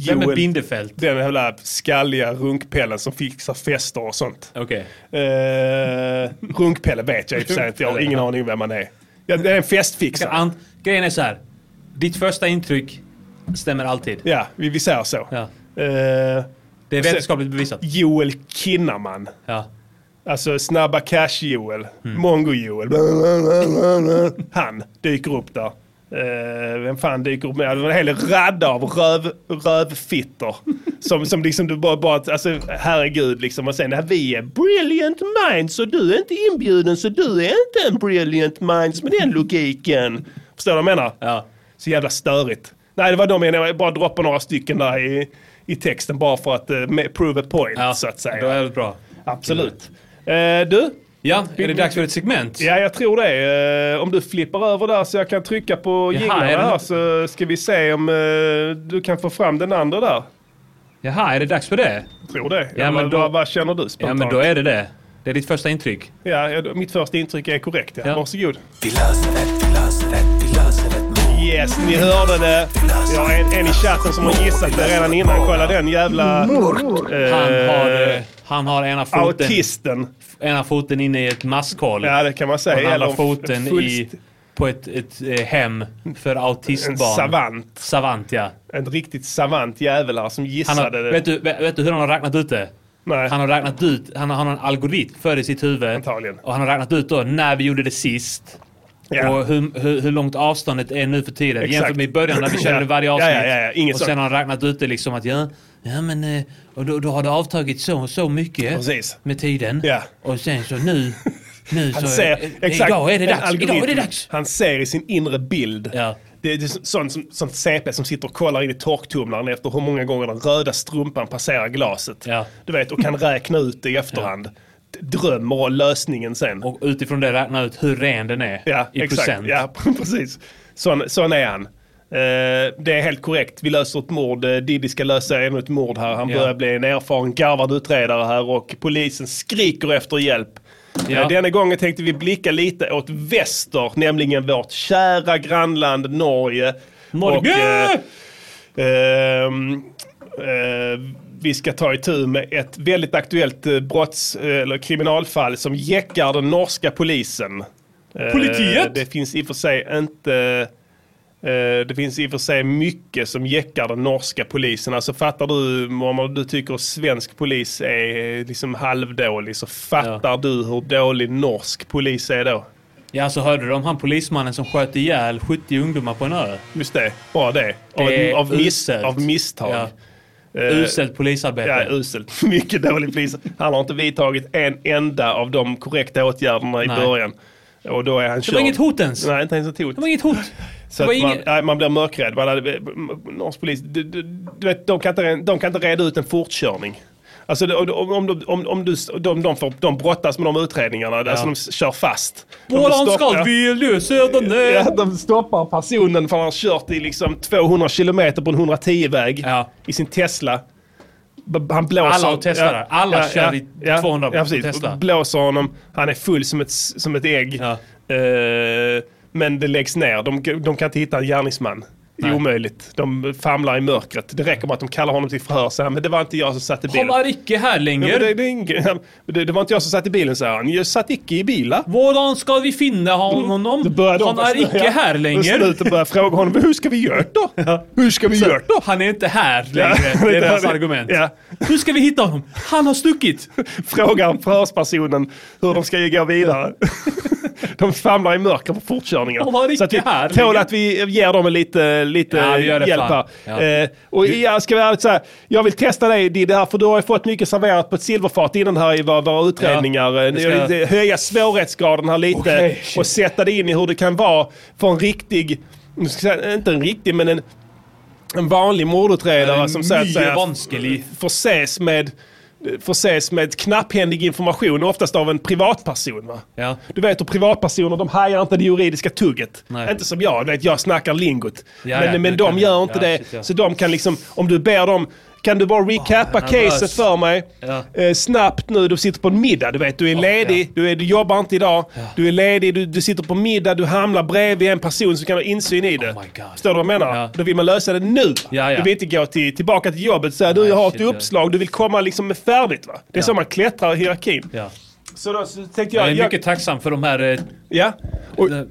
S4: Vem är
S1: Joel-
S4: Bindefält?
S1: Den jävla skalliga runkpellen som fixar fester och sånt.
S4: Okej.
S1: Eh, runkpelle vet jag i och för sig inte, jag
S4: <laughs>
S1: har ingen aning om vem man är. Ja, det är en festfixare.
S4: Ant- Grejen är så här. Ditt första intryck stämmer alltid.
S1: Ja, vi, vi säger så.
S4: Ja.
S1: Eh,
S4: Det är
S1: och sen-
S4: vetenskapligt bevisat.
S1: Joel Kinnaman.
S4: Ja.
S1: Alltså Snabba Cash-Joel. Mongo-Joel. Han dyker upp där. Eh, vem fan dyker upp? med? Ja, Det var en hel radda av röv, rövfittor. som, som liksom du bara, bara, alltså herregud liksom. Och sen det här vi är brilliant minds och du är inte inbjuden så du är inte en brilliant minds med den logiken. Förstår du vad jag menar?
S4: Ja.
S1: Så jävla störigt. Nej, det var de jag menade. Jag bara droppade några stycken där i, i texten bara för att eh, me- prove a point,
S4: ja. Mm.
S1: så att
S4: Det var
S1: säga.
S4: jävligt bra.
S1: Absolut. Eh, du,
S4: Ja, är det dags för ett segment?
S1: Ja, jag tror det. Eh, Om du flippar över där så jag kan trycka på
S4: Jaha,
S1: jinglarna
S4: är det-
S1: här så ska vi se om eh, du kan få fram den andra där.
S4: Jaha, är det dags för det?
S1: Tror det.
S4: Ja, men då,
S1: vad, vad känner du
S4: ja,
S1: spontant?
S4: men då är det det. Det är ditt första intryck.
S1: Ja, ja, då- mitt första intryck är korrekt. Ja. Varsågod.
S3: Vi löser det, vi löser det, vi löser det.
S1: Yes, ni hörde det. Jag har en, en i chatten som har gissat det redan innan. Kolla den jävla... eh,
S4: Han har, eh, han har ena foten...
S1: Autisten.
S4: Ena foten inne i ett maskhåll.
S1: Ja, det kan man säga.
S4: Och den
S1: Eller
S4: andra
S1: om
S4: foten i,
S1: fullst-
S4: på ett, ett eh, hem för
S1: En
S4: autistbarn.
S1: savant.
S4: Savant, ja.
S1: En riktigt savant jävel här som
S4: Han
S1: gissade
S4: har,
S1: det.
S4: vet, du, vet, vet du hur han har räknat ut det?
S1: Nej.
S4: Han har räknat ut, han har, han har en algoritm för i sitt huvud. Antagligen. Och han har räknat ut då när vi gjorde det sist.
S1: Ja.
S4: Och hur, hur, hur långt avståndet är nu för tiden.
S1: Exakt.
S4: Jämfört med i början när vi körde
S1: Ja.
S4: det varje avsnitt.
S1: Ja, ja, ja, ja. Inget
S4: och
S1: sånt.
S4: sen har han räknat ut det liksom att ja, ja men eh, och då, då har det avtagit så och så mycket
S1: Precis.
S4: med tiden. Och sen så nu, nu
S1: Han
S4: så
S1: ser,
S4: eh,
S1: exakt,
S4: idag är det
S1: en
S4: dags. Idag är det
S1: algoritm.
S4: dags.
S1: Han ser i sin inre bild. Det, det är sånt som, som CP som sitter och kollar in i torktumlaren efter hur många gånger den röda strumpan passerar glaset. Du vet, och kan räkna ut det i efterhand. D- Drömmer om lösningen sen.
S4: Och utifrån det räkna ut hur ren den är
S1: ja,
S4: i
S1: exakt.
S4: procent.
S1: Ja, <laughs> precis. Sån, sån är han. Eh, det är helt korrekt. Vi löser ett mord. Eh, Diddy ska lösa ännu ett mord här. Han
S4: Ja.
S1: börjar bli en erfaren garvad utredare här och polisen skriker efter hjälp.
S4: Ja.
S1: Eh, Denna gången tänkte vi blicka lite åt väster, nämligen vårt kära grannland Norge.
S4: Norge!
S1: Och, eh, Ehm, eh, vi ska ta itu med ett väldigt aktuellt eh, brotts eller kriminalfall som jäckar den norska polisen. Eh,
S4: Politiet?
S1: Det finns i och för sig inte... eh, Det finns i och för sig mycket som jäckar den norska polisen. Alltså fattar du, om du tycker att svensk polis är eh, liksom halvdålig, så fattar du hur dålig norsk polis är då?
S4: Ja, så hörde du om han polismannen som sköt ihjäl 70 ungdomar på en ö?
S1: Just det, bara det. Av,
S4: Det är
S1: av, miss,
S4: uselt.
S1: Eh, av misstag.
S4: Ja.
S1: Eh,
S4: Uselt polisarbete.
S1: Ja, uselt. <laughs> Mycket dålig polis. Han har inte vidtagit en enda av de korrekta åtgärderna i
S4: Nej.
S1: början. Och då är han
S4: Det var inget hot ens.
S1: Nej, inte ens ett hot. Det
S4: var inget hot.
S1: Så
S4: Det var
S1: att man,
S4: inget-
S1: nej, man blir mörkrädd. Man hade, norsk polis, du, du, du vet, de, kan inte, de kan inte reda ut en fortkörning. Alltså det- om, om, om, om, om du, de, de, får, de brottas med de utredningarna, alltså de s- kör fast. De
S4: Våran
S1: stoppar-
S4: skall vi lösa den eh. här.
S1: Ja, de stoppar personen för han har kört i liksom 200 kilometer på en 110-väg i sin Tesla. B- Han blåser...
S4: Alla har Tesla där. Alla kör i 200
S1: ja, precis.
S4: på Tesla.
S1: Och Blåser honom, han är full som ett, som ett ägg. Eh, men det läggs ner. De, de kan inte hitta en gärningsman. Det är omöjligt. De famlar i mörkret. Det räcker med att de kallar honom till förhör. Så här, men det var inte jag som satte bilen.
S4: Han var icke här
S1: Ja, men
S4: längre.
S1: det, det, är ingen- <laughs> det, det var inte jag som satt i bilen, säger han. Jag satt icke i bilen.
S4: Våran ska vi finna
S1: Mm.
S4: honom? Han är icke här längre.
S1: Sluta börja fråga honom, hur ska vi göra då? Hur ska vi göra då?
S4: Han är inte här
S1: <laughs>
S4: längre. Det är deras argument.
S1: Ja.
S4: Hur ska vi hitta honom? Han har stuckit.
S1: <laughs> Frågar förhörspersonen hur de ska gå
S4: <laughs>
S1: vidare. De famlar i mörker på fortkörningar.
S4: De var
S1: Så att vi
S4: icke här
S1: tål
S4: längre.
S1: att vi ger dem en lite, lite
S4: Ja, vi gör det
S1: hjälp
S4: fan.
S1: här.
S4: Ja.
S1: Eh, och jag ska vara ärlig så här, jag vill testa dig Didde här, för du har ju fått mycket serverat på ett silverfat innan här i våra, våra utredningar. Eh,
S4: Ja, det ska
S1: Jag vill Höja svårighetsgraden här lite
S4: Okej, shit.
S1: och sätta dig in i hur det kan vara för en riktig, nu ska jag säga, inte en riktig, men en, en vanlig mordutredare
S4: En
S1: som så att säga
S4: vanskelig.
S1: förses med förses med knapphändig information, oftast av en privatperson. Va?
S4: Ja.
S1: Du vet hur privatpersoner, de hajar inte det juridiska tugget.
S4: Nej.
S1: Inte som jag, du vet, jag snackar lingot.
S4: Ja,
S1: men
S4: ja,
S1: men
S4: det
S1: de
S4: kan-
S1: gör inte
S4: ja,
S1: det.
S4: shit, ja.
S1: Så de kan liksom, om du ber dem, kan du bara recappa
S4: jag är nervös.
S1: caset för mig?
S4: Ja.
S1: Eh, snabbt nu, du sitter på en middag, du vet, du är ledig, du, är, du jobbar inte idag, du är ledig, du, du sitter på middag, du hamnar bredvid en person som kan ha insyn i
S4: Oh
S1: det. Förstår du vad jag menar? Då vill man lösa det nu.
S4: Ja, ja.
S1: Du vill inte gå till, tillbaka till jobbet och säga du, jag har ett uppslag, du vill komma liksom med färdigt va? Det är så man klättrar i hierarkin.
S4: Ja.
S1: Så då så tänkte
S4: Jag
S1: jag...
S4: är
S1: jag
S4: mycket tacksam för de här eh,
S1: ja.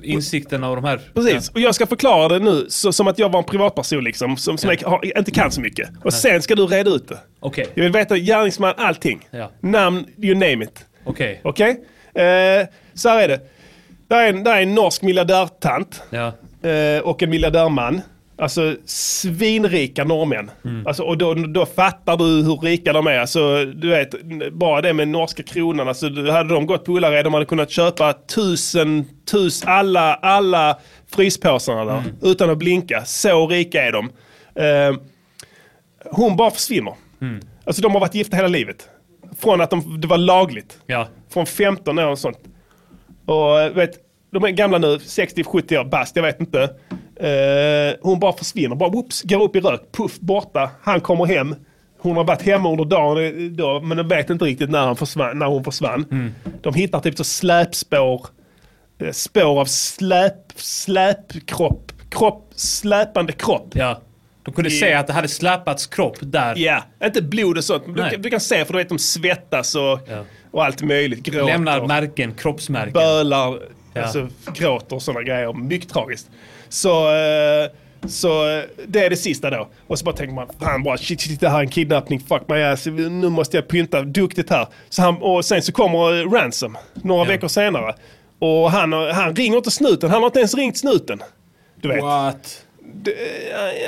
S4: insikterna och de här...
S1: Precis, och jag ska förklara det nu så, som att jag var en privatperson liksom, som, som jag har, inte kan så mycket. Och sen ska du reda ut det.
S4: Okej.
S1: Jag vill veta gärningsman, allting.
S4: Ja.
S1: Namn, you name it.
S4: Okej.
S1: Okej? Eh, så här är det. Där är en, där är en norsk miljardärtant
S4: Ja.
S1: eh, och en miljardärman. Alltså svinrika norrmän. Alltså, och då, då fattar du hur rika de är. Alltså, du vet, n- bara det med norska kronan. Alltså, du- hade de gått på Ullared de hade kunnat köpa tusen, tus, alla, alla fryspåsarna där. Utan att blinka. Så rika är de. Eh, hon bara försvinner. Alltså de har varit gifta hela livet. Från att de, det var lagligt.
S4: Ja.
S1: från 15 år och sånt. Och eh, vet, de är gamla nu, 60-70 år bast, jag vet inte. Eh, hon bara försvinner, bara whoops, går upp i rök, puff, borta. Han kommer hem. Hon har varit hemma under dagen eh, då, men de vet inte riktigt när, han försvann, när hon försvann.
S4: Mm.
S1: De hittar typ så släpspår, eh, spår av släp, släpkropp, kropp, släpande kropp.
S4: Ja. De kunde se att det hade släpats kropp där.
S1: Ja, inte blod och sånt. men Du,
S4: Nej.
S1: kan- du kan se för du vet de svettas och, och allt möjligt. Gråter,
S4: Lämnar märken, kroppsmärken.
S1: bölar,
S4: Ja.
S1: alltså, gråter och sådana grejer. Mycket tragiskt. Så, eh, så eh, det är det sista då. Och så bara tänker man, fan bara shit, shit det här är en kidnappning, fuck my ass, nu måste jag pynta duktigt här. Så han, och sen så kommer eh, Ransom, några veckor senare. Och han, han ringer inte snuten, han har inte ens ringt snuten. Du vet.
S4: What?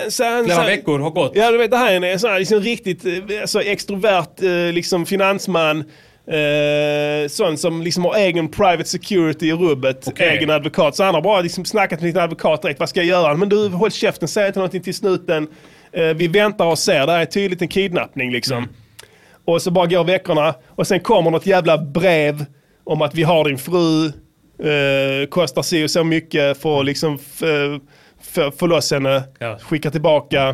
S1: Sen,
S4: Flera
S1: sen-
S4: veckor har gått.
S1: Ja, du vet, det här är en sån här, liksom, riktigt eh, alltså, extrovert eh, liksom, finansman. Eh, sån som liksom har egen private security i rubbet, egen advokat. Så han har bara liksom snackat med sin advokat direkt. Vad ska jag göra? Men du, håll käften, säg inte någonting till snuten. Eh, vi väntar och ser, det här är tydligt en kidnappning liksom. Och så bara går veckorna och sen kommer något jävla brev om att vi har din fru, eh, kostar si och så mycket för att liksom f- f- få loss henne, skicka tillbaka.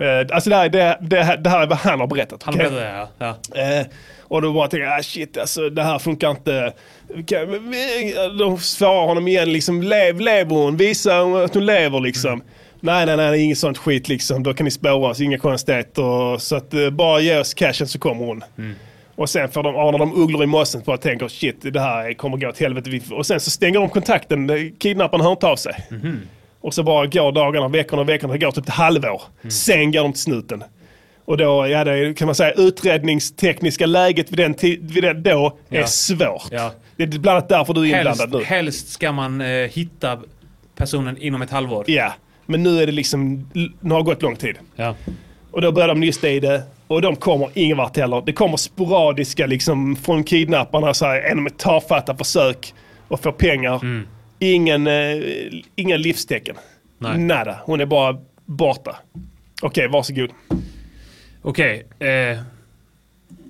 S1: Eh, alltså det här, det, det, här, det här är vad han har berättat.
S4: Han
S1: okej?
S4: berättade det, ja. ja.
S1: Eh, och då bara tänker jag, ah, shit alltså det här funkar inte. Kan, de svarar honom igen liksom, lev, lever hon? Visa att hon lever liksom. Nej, nej, nej, det är inget sånt skit liksom. Då kan ni spåra oss, inga konstigheter. Så att eh, bara ge oss cashen så kommer hon. Och sen får de, anar de ugglor i mossen och bara tänker shit, det här kommer gå åt helvete. Vi- Och sen så stänger de kontakten, eh, kidnapparen hör inte av sig.
S4: Mhm.
S1: Och så bara går dagarna, veckorna, veckorna, det går typ ett halvår.
S4: Mm.
S1: Sen går de till snuten. Och då, ja det är, kan man säga, utredningstekniska läget vid den, ti- vid den då är
S4: Ja.
S1: svårt.
S4: Ja.
S1: Det är bland annat därför du är
S4: Helst,
S1: inblandad nu.
S4: helst ska man eh, hitta personen inom ett halvår.
S1: Ja, men nu är det liksom, nu har det gått lång tid.
S4: Ja.
S1: Och då börjar de nysta i det. Och de kommer ingen vart heller. Det kommer sporadiska liksom från kidnapparna, så här, genom ett tafatta försök och få pengar.
S4: Mm.
S1: Ingen, eh, ingen livstecken.
S4: Nej.
S1: Nada. Hon är bara borta. Okej, varsågod.
S4: Okej. eh,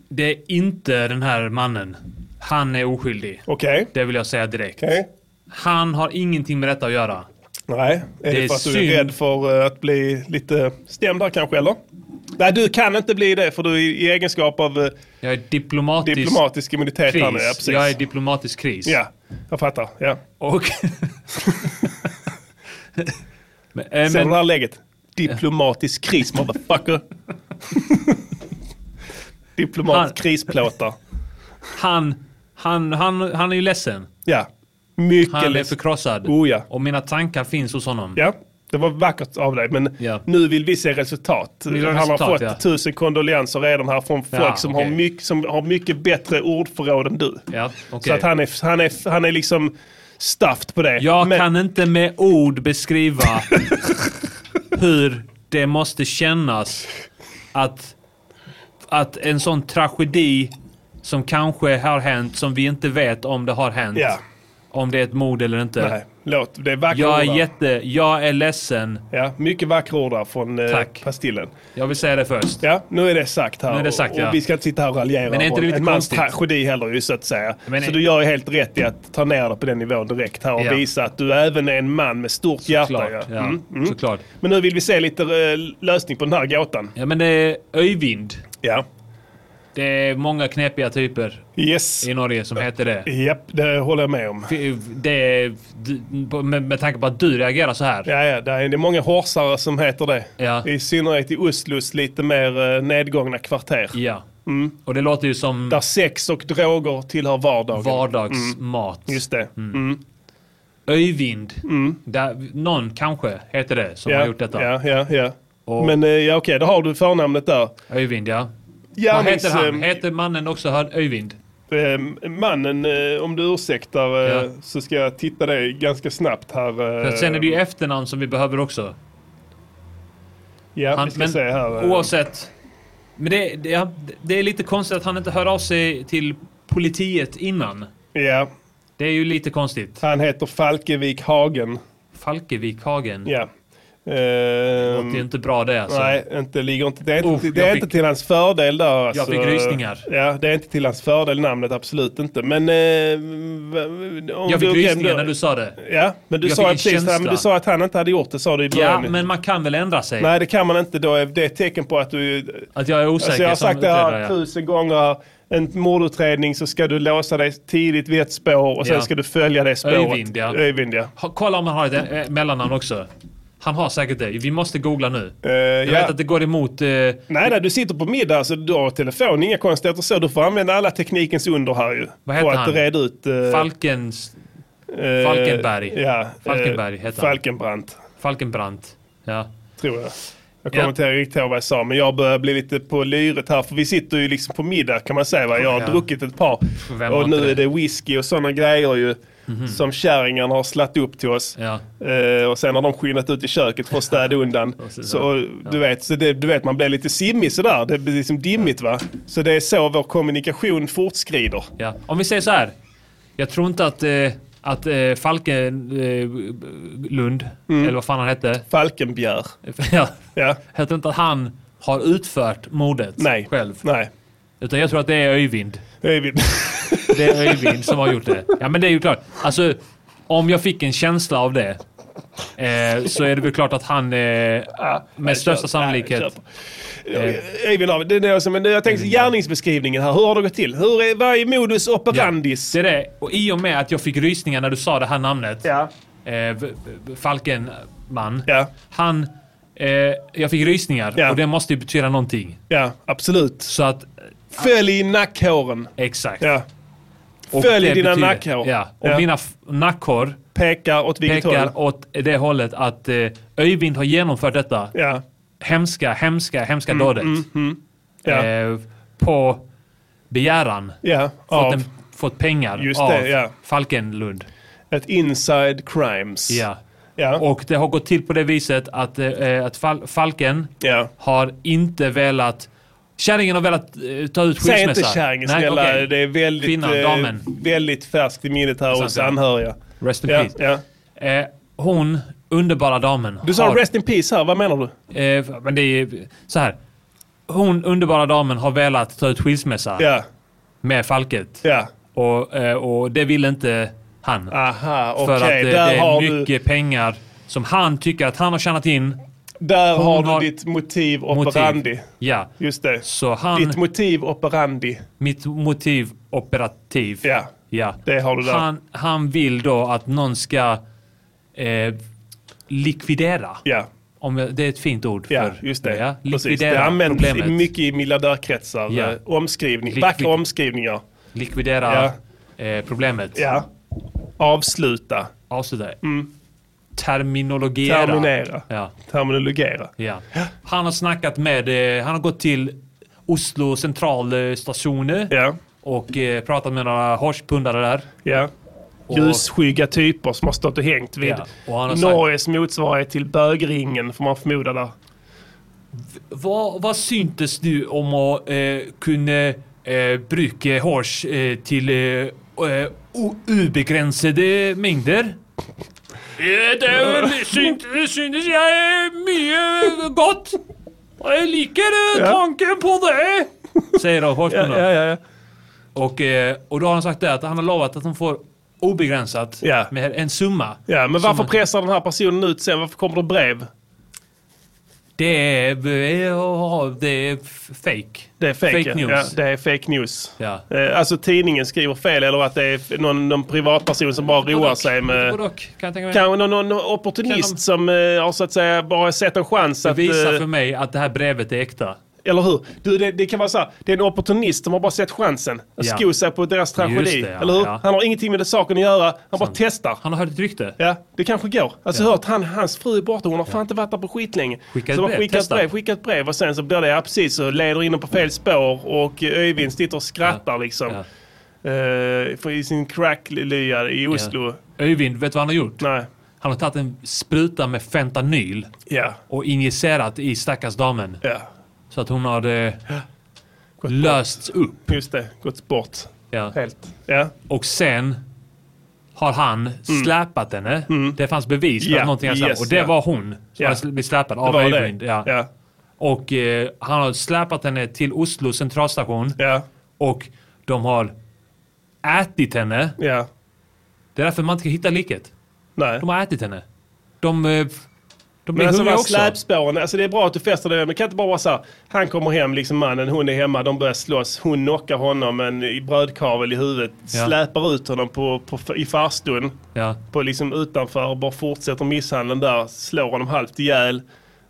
S4: det är inte den här mannen. Han är oskyldig.
S1: Okej.
S4: Det vill jag säga direkt.
S1: Okej.
S4: Han har ingenting med detta att göra.
S1: Nej, är det,
S4: Det är
S1: för att du
S4: synd.
S1: är rädd för eh, att bli lite stämd där kanske, eller? Nej, du kan inte bli det för du är i egenskap av eh,
S4: Jag är diplomatisk
S1: diplomatisk immunitet
S4: kris.
S1: här nu. Ja, precis.
S4: jag är diplomatisk kris.
S1: ja, jag fattar. Ja.
S4: Och...
S1: <laughs>
S4: men, eh,
S1: Ser du det
S4: men,
S1: här läget? Diplomatisk kris,
S4: <laughs>
S1: motherfucker.
S4: Han-
S1: Diplomatisk krisplåtar.
S4: han, han, han, han är ju ledsen.
S1: Ja, mycket
S4: Han är
S1: ledsen.
S4: förkrossad.
S1: Oh, ja.
S4: Och mina tankar finns hos honom.
S1: Ja, det var vackert av dig, men
S4: Ja.
S1: nu vill vi se resultat.
S4: vill ha
S1: Han har
S4: resultat,
S1: fått
S4: ja.
S1: tusen kondolenser redan här från folk
S4: Ja,
S1: som, har
S4: okej.
S1: mycket, som har mycket bättre ordförråd än du.
S4: Ja,
S1: Så
S4: okej.
S1: att han är, han är, han är liksom stuffed på det.
S4: Jag
S1: Men-
S4: kan inte med ord beskriva <laughs> hur det måste kännas att, att en sån tragedi som kanske har hänt, som vi inte vet om det har hänt.
S1: Ja.
S4: Om det är ett mord eller inte.
S1: Nej, låt. Det är vackra
S4: Jag
S1: ord
S4: är
S1: där.
S4: jätte... Jag är ledsen.
S1: Ja, mycket vackra ord där från eh,
S4: Tack.
S1: Pastillen.
S4: Jag vill säga det först.
S1: Ja, nu är det sagt här.
S4: Nu är det sagt,
S1: och,
S4: ja.
S1: och vi ska inte sitta här och raljera
S4: Men är inte
S1: över
S4: det lite
S1: en mans
S4: konstigt?
S1: tragedi heller ju så att säga.
S4: Men
S1: så
S4: är-
S1: du gör ju helt rätt i att ta ner det på den nivån direkt här och
S4: Ja.
S1: visa att du även är en man med stort hjärta.
S4: Såklart.
S1: Ja.
S4: Ja,
S1: Mm.
S4: såklart.
S1: Men nu vill vi se lite eh, lösning på den här gåtan.
S4: Ja, men det är Öjvind.
S1: Ja.
S4: Det är många knepiga typer
S1: Yes.
S4: i Norge som heter det.
S1: Japp, det håller jag med om.
S4: eh, Det är, med, med tanke på att du reagerar så här.
S1: Ja, ja, det är det är många horsare som heter det.
S4: Ja.
S1: I synnerhet i Oslos lite mer eh, nedgångna kvarter.
S4: Ja.
S1: Mm.
S4: Och det låter ju som
S1: Där sex och droger tillhör vardagen.
S4: vardagsmat.
S1: Just det. Mm.
S4: Öjvind. Där, någon kanske heter det som har gjort detta.
S1: Ja, ja, ja.
S4: Och-
S1: Men eh, ja, okej, då har du förnamnet där.
S4: Öjvind, ja. Vad
S1: Gärnings,
S4: heter han?
S1: ehm,
S4: Heter mannen också här Öjvind?
S1: eh, mannen, eh, om du ursäktar, eh,
S4: Ja.
S1: så ska jag titta dig ganska snabbt här.
S4: För
S1: eh,
S4: att sen är det ju efternamn som vi behöver också.
S1: ja,
S4: Han,
S1: vi ska se här. eh.
S4: Oavsett. Men det, det, ja, det är lite konstigt att han inte hör av sig till politiet innan.
S1: Ja,
S4: Det är ju lite konstigt.
S1: han heter Falkevik Hagen.
S4: Falkevik Hagen.
S1: Ja. Det
S4: låter ju inte bra det alltså.
S1: Nej, inte, ligger inte, det är, inte,
S4: Oh,
S1: det
S4: jag
S1: är
S4: fick-
S1: inte till hans fördel där. Alltså.
S4: fick rysningar.
S1: Ja, det är inte till hans fördel namnet, absolut inte. Men... Eh, v- v- om
S4: Jag fick
S1: du- okej,
S4: rysningar
S1: då-
S4: när du sa det.
S1: Ja, men du
S4: Jag
S1: sa,
S4: fick
S1: ja
S4: en
S1: precis, det här, men
S4: känsla.
S1: du sa att han inte hade gjort det, sa du i
S4: Ja,
S1: början.
S4: men man kan väl ändra sig?
S1: Nej, det kan man inte. Då är det ett tecken på att du...
S4: Att jag är osäker
S1: Alltså, jag har
S4: som
S1: sagt det här
S4: utredare, ja.
S1: tusen gånger. En mordutredning så ska du låsa dig tidigt vid ett spår och sen
S4: Ja.
S1: ska du följa det spåret.
S4: Öjvind, ja.
S1: Öjvind, ja.
S4: Ha- Kolla om han har ett eh, mellannamn också. Han har säkert det. Vi måste googla nu. jag
S1: Eh, ja.
S4: vet att det går emot... eh,
S1: Nej, nej, du sitter på middag så du har telefon, inga konstigheter så. Du får använda alla teknikens under här ju.
S4: vad heter
S1: För
S4: han?
S1: att reda ut... eh,
S4: Falkens...
S1: eh,
S4: Falkenberg.
S1: Ja, eh,
S4: Falkenberg heter han.
S1: Falkenbrandt,
S4: Falkenbrandt. Ja.
S1: tror jag. Jag
S4: Ja.
S1: kommer inte ihåg riktigt ihåg vad jag sa, men jag börjar bli lite på lyret här. För vi sitter ju liksom på middag kan man säga. Va? Jag har
S4: Ja.
S1: druckit ett par.
S4: Vem har
S1: och
S4: inte
S1: nu
S4: det?
S1: är det whisky och sådana grejer ju.
S4: Mhm.
S1: Som kärringarna har slatt upp till oss.
S4: Ja.
S1: Eh, och sen har de skyndat ut i köket för att städa
S4: <laughs>
S1: undan.
S4: så-
S1: så, du, vet, så det, du vet, man blir lite simmig sådär. Det blir liksom dimmigt va. Så det är så vår kommunikation fortskrider.
S4: Ja. Om vi säger så här. Jag tror inte att, eh, att eh, Falken... Eh, Lund,
S1: Mm.
S4: eller vad fan han hette. <laughs>
S1: Falkenbjör.
S4: ja.
S1: ja.
S4: Jag tror inte att han har utfört mordet själv.
S1: Nej.
S4: Utan jag tror att det är Öjvind.
S1: Öjvind. <laughs>
S4: Det är Öjvind som har gjort det. Ja men det är ju klart. Alltså, om jag fick en känsla av det. Eh, så är det väl klart att han eh, med största
S1: köp. Nej,
S4: sannolikhet... Eh, Mm.
S1: Eivind har vi- det är det som, men jag tänkte gärningsbeskrivningen här, hur har det gått till? Hur är, vad är modus operandis?
S4: det är det. Och i och med att jag fick rysningar när du sa det här namnet. Eh, v- v- Falkenman. Han... Eh, jag fick rysningar och det måste ju betyda någonting.
S1: Ja, absolut.
S4: Så att... eh,
S1: Följ i nackhåren.
S4: Exakt.
S1: Ja.
S4: Och
S1: Följ
S4: det
S1: dina
S4: betyder-
S1: nackhår.
S4: Ja, och
S1: Ja.
S4: mina f- nackhår
S1: pekar åt vilket håll?
S4: pekar åt det hållet att eh, Öjvind har genomfört detta
S1: ja.
S4: hemska, hemska, hemska
S1: Mm,
S4: dådet.
S1: mm, mm. Ja.
S4: Eh, på begäran.
S1: Ja, av-
S4: fått, en, fått pengar
S1: Just
S4: av
S1: det, ja.
S4: Falkenlund.
S1: Ett inside crimes.
S4: Ja.
S1: Ja.
S4: Och det har gått till på det viset att, eh, att Fal- Falken har inte velat... Kärringen har velat eh, ta ut skilsmässa.
S1: Säg inte kärringen
S4: Nej,
S1: snälla,
S4: okej.
S1: det är väldigt,
S4: Kvinnan,
S1: eh,
S4: damen.
S1: väldigt färskt i minnet här
S4: Sant,
S1: hos
S4: ja.
S1: anhöriga.
S4: Rest in
S1: Ja,
S4: peace. Eh, hon, underbara damen.
S1: Du sa
S4: har-
S1: rest in peace här, vad menar du?
S4: Eh, men det är så här. Hon, underbara damen, har velat ta ut skilsmässa.
S1: Ja.
S4: Med Falket. Och, eh, och det vill inte han.
S1: Aha, Ah, okej.
S4: För att eh, det
S1: Där har
S4: är
S1: du-
S4: mycket pengar som han tycker att han har tjänat in.
S1: Där
S4: Hon
S1: har du
S4: har-
S1: ditt motiv
S4: Motiv.
S1: operandi.
S4: Ja.
S1: Just det.
S4: Så han,
S1: Ditt motiv operandi.
S4: mitt motiv operativ.
S1: Ja.
S4: ja.
S1: Det har du där.
S4: Han, han vill då att någon ska eh, likvidera.
S1: Ja.
S4: Om, jag- det är ett fint ord.
S1: Ja,
S4: för,
S1: just det.
S4: Ja,
S1: Precis.
S4: likvidera
S1: Det används i
S4: problemet.
S1: mycket i miljardärkretsar.
S4: Ja.
S1: eh, Omskrivning.
S4: Likvid-
S1: Vackra omskrivningar.
S4: Likvidera eh, problemet.
S1: Ja. Mm. Avsluta.
S4: Avsluta. Terminologera.
S1: Terminera.
S4: Ja.
S1: Terminologera.
S4: Ja. Han har snackat med, eh, han har gått till Oslo centralstation och eh, pratat med några horspundare där.
S1: Ja.
S4: Och-
S1: Ljusskygga typer som har stått och hängt vid
S4: Ja, och han har sagt-
S1: Norges motsvarighet till bögringen får man förmoda där.
S4: Vad, vad syntes du om att eh, kunna eh, bruka hors eh, till eh, eh, o- obegränsade mängder? Det är väl synt, synes jag är mycket gott. Jag liker eh,
S1: Ja.
S4: tanken på det. Säger då horspunden.
S1: Ja, ja, ja, ja.
S4: Och, eh, och då har han sagt det att han har lovat att han får obegränsat
S1: Ja.
S4: med en summa.
S1: Ja, men varför
S4: Som-
S1: pressar den här personen ut sen? Varför kommer det brev?
S4: Det är, eh, det är f- fake.
S1: Det är fake,
S4: Fake
S1: ja.
S4: news.
S1: Ja, det är fake news.
S4: Ja.
S1: Eh, alltså tidningen skriver fel eller att det är f- någon, någon privatperson som bara roar sig med...
S4: Både och, kan jag tänka mig.
S1: Kanske någon, någon opportunist
S4: Kan de-
S1: som eh, har så att säga bara sett en chans
S4: Det
S1: att...
S4: visar
S1: eh,
S4: för mig att det här brevet är äkta.
S1: Eller hur? Du, det, det kan vara så här, det är en opportunist som har bara sett chansen att
S4: Ja.
S1: sko sig på deras tragedi.
S4: Just det, ja,
S1: eller hur?
S4: ja.
S1: Han har ingenting med det saken att göra, han bara testar.
S4: Han har hört ett rykte.
S1: Ja, det kanske går. Alltså hört, han, hans fru är borta, hon har fan inte varit där på skit länge.
S4: Skicka ett
S1: så man
S4: brev,
S1: skickar ett
S4: testa.
S1: brev, skickar ett brev och sen så blir det, ja precis, så leder in dem på fel spår och Öyvind sitter och skrattar liksom. Eh, för I sin cracklya i Oslo.
S4: Öjvind, vet du vad han har gjort?
S1: Nej.
S4: Han har tagit en spruta med fentanyl
S1: Ja.
S4: och injicerat i stackars damen. Så att hon har eh, lösts upp.
S1: Just det, gått bort.
S4: Ja.
S1: Helt. Ja.
S4: Och sen har han släpat henne. Det fanns bevis på
S1: Mm. Ja,
S4: att någonting hade släpat.
S1: yes,
S4: och det
S1: ja.
S4: var hon som
S1: Ja.
S4: hade blivit släpad av
S1: Det var det.
S4: Abrind. Ja. Och eh, han har släpat henne till Oslo centralstation. Och de har ätit henne. Det är därför man inte kan hitta liket. De har ätit henne. De, eh, de
S1: Men
S4: blir
S1: alltså de
S4: hungriga
S1: här
S4: också.
S1: släpspåren, alltså det är bra att du fäster det men kan inte bara vara så här, han kommer hem, liksom mannen, hon är hemma, de börjar slåss, hon knockar honom en i brödkavel i huvudet,
S4: Ja.
S1: släpar ut honom på, på, i farstun,
S4: Ja.
S1: på liksom utanför och bara fortsätter misshandeln där, slår honom halvt ihjäl.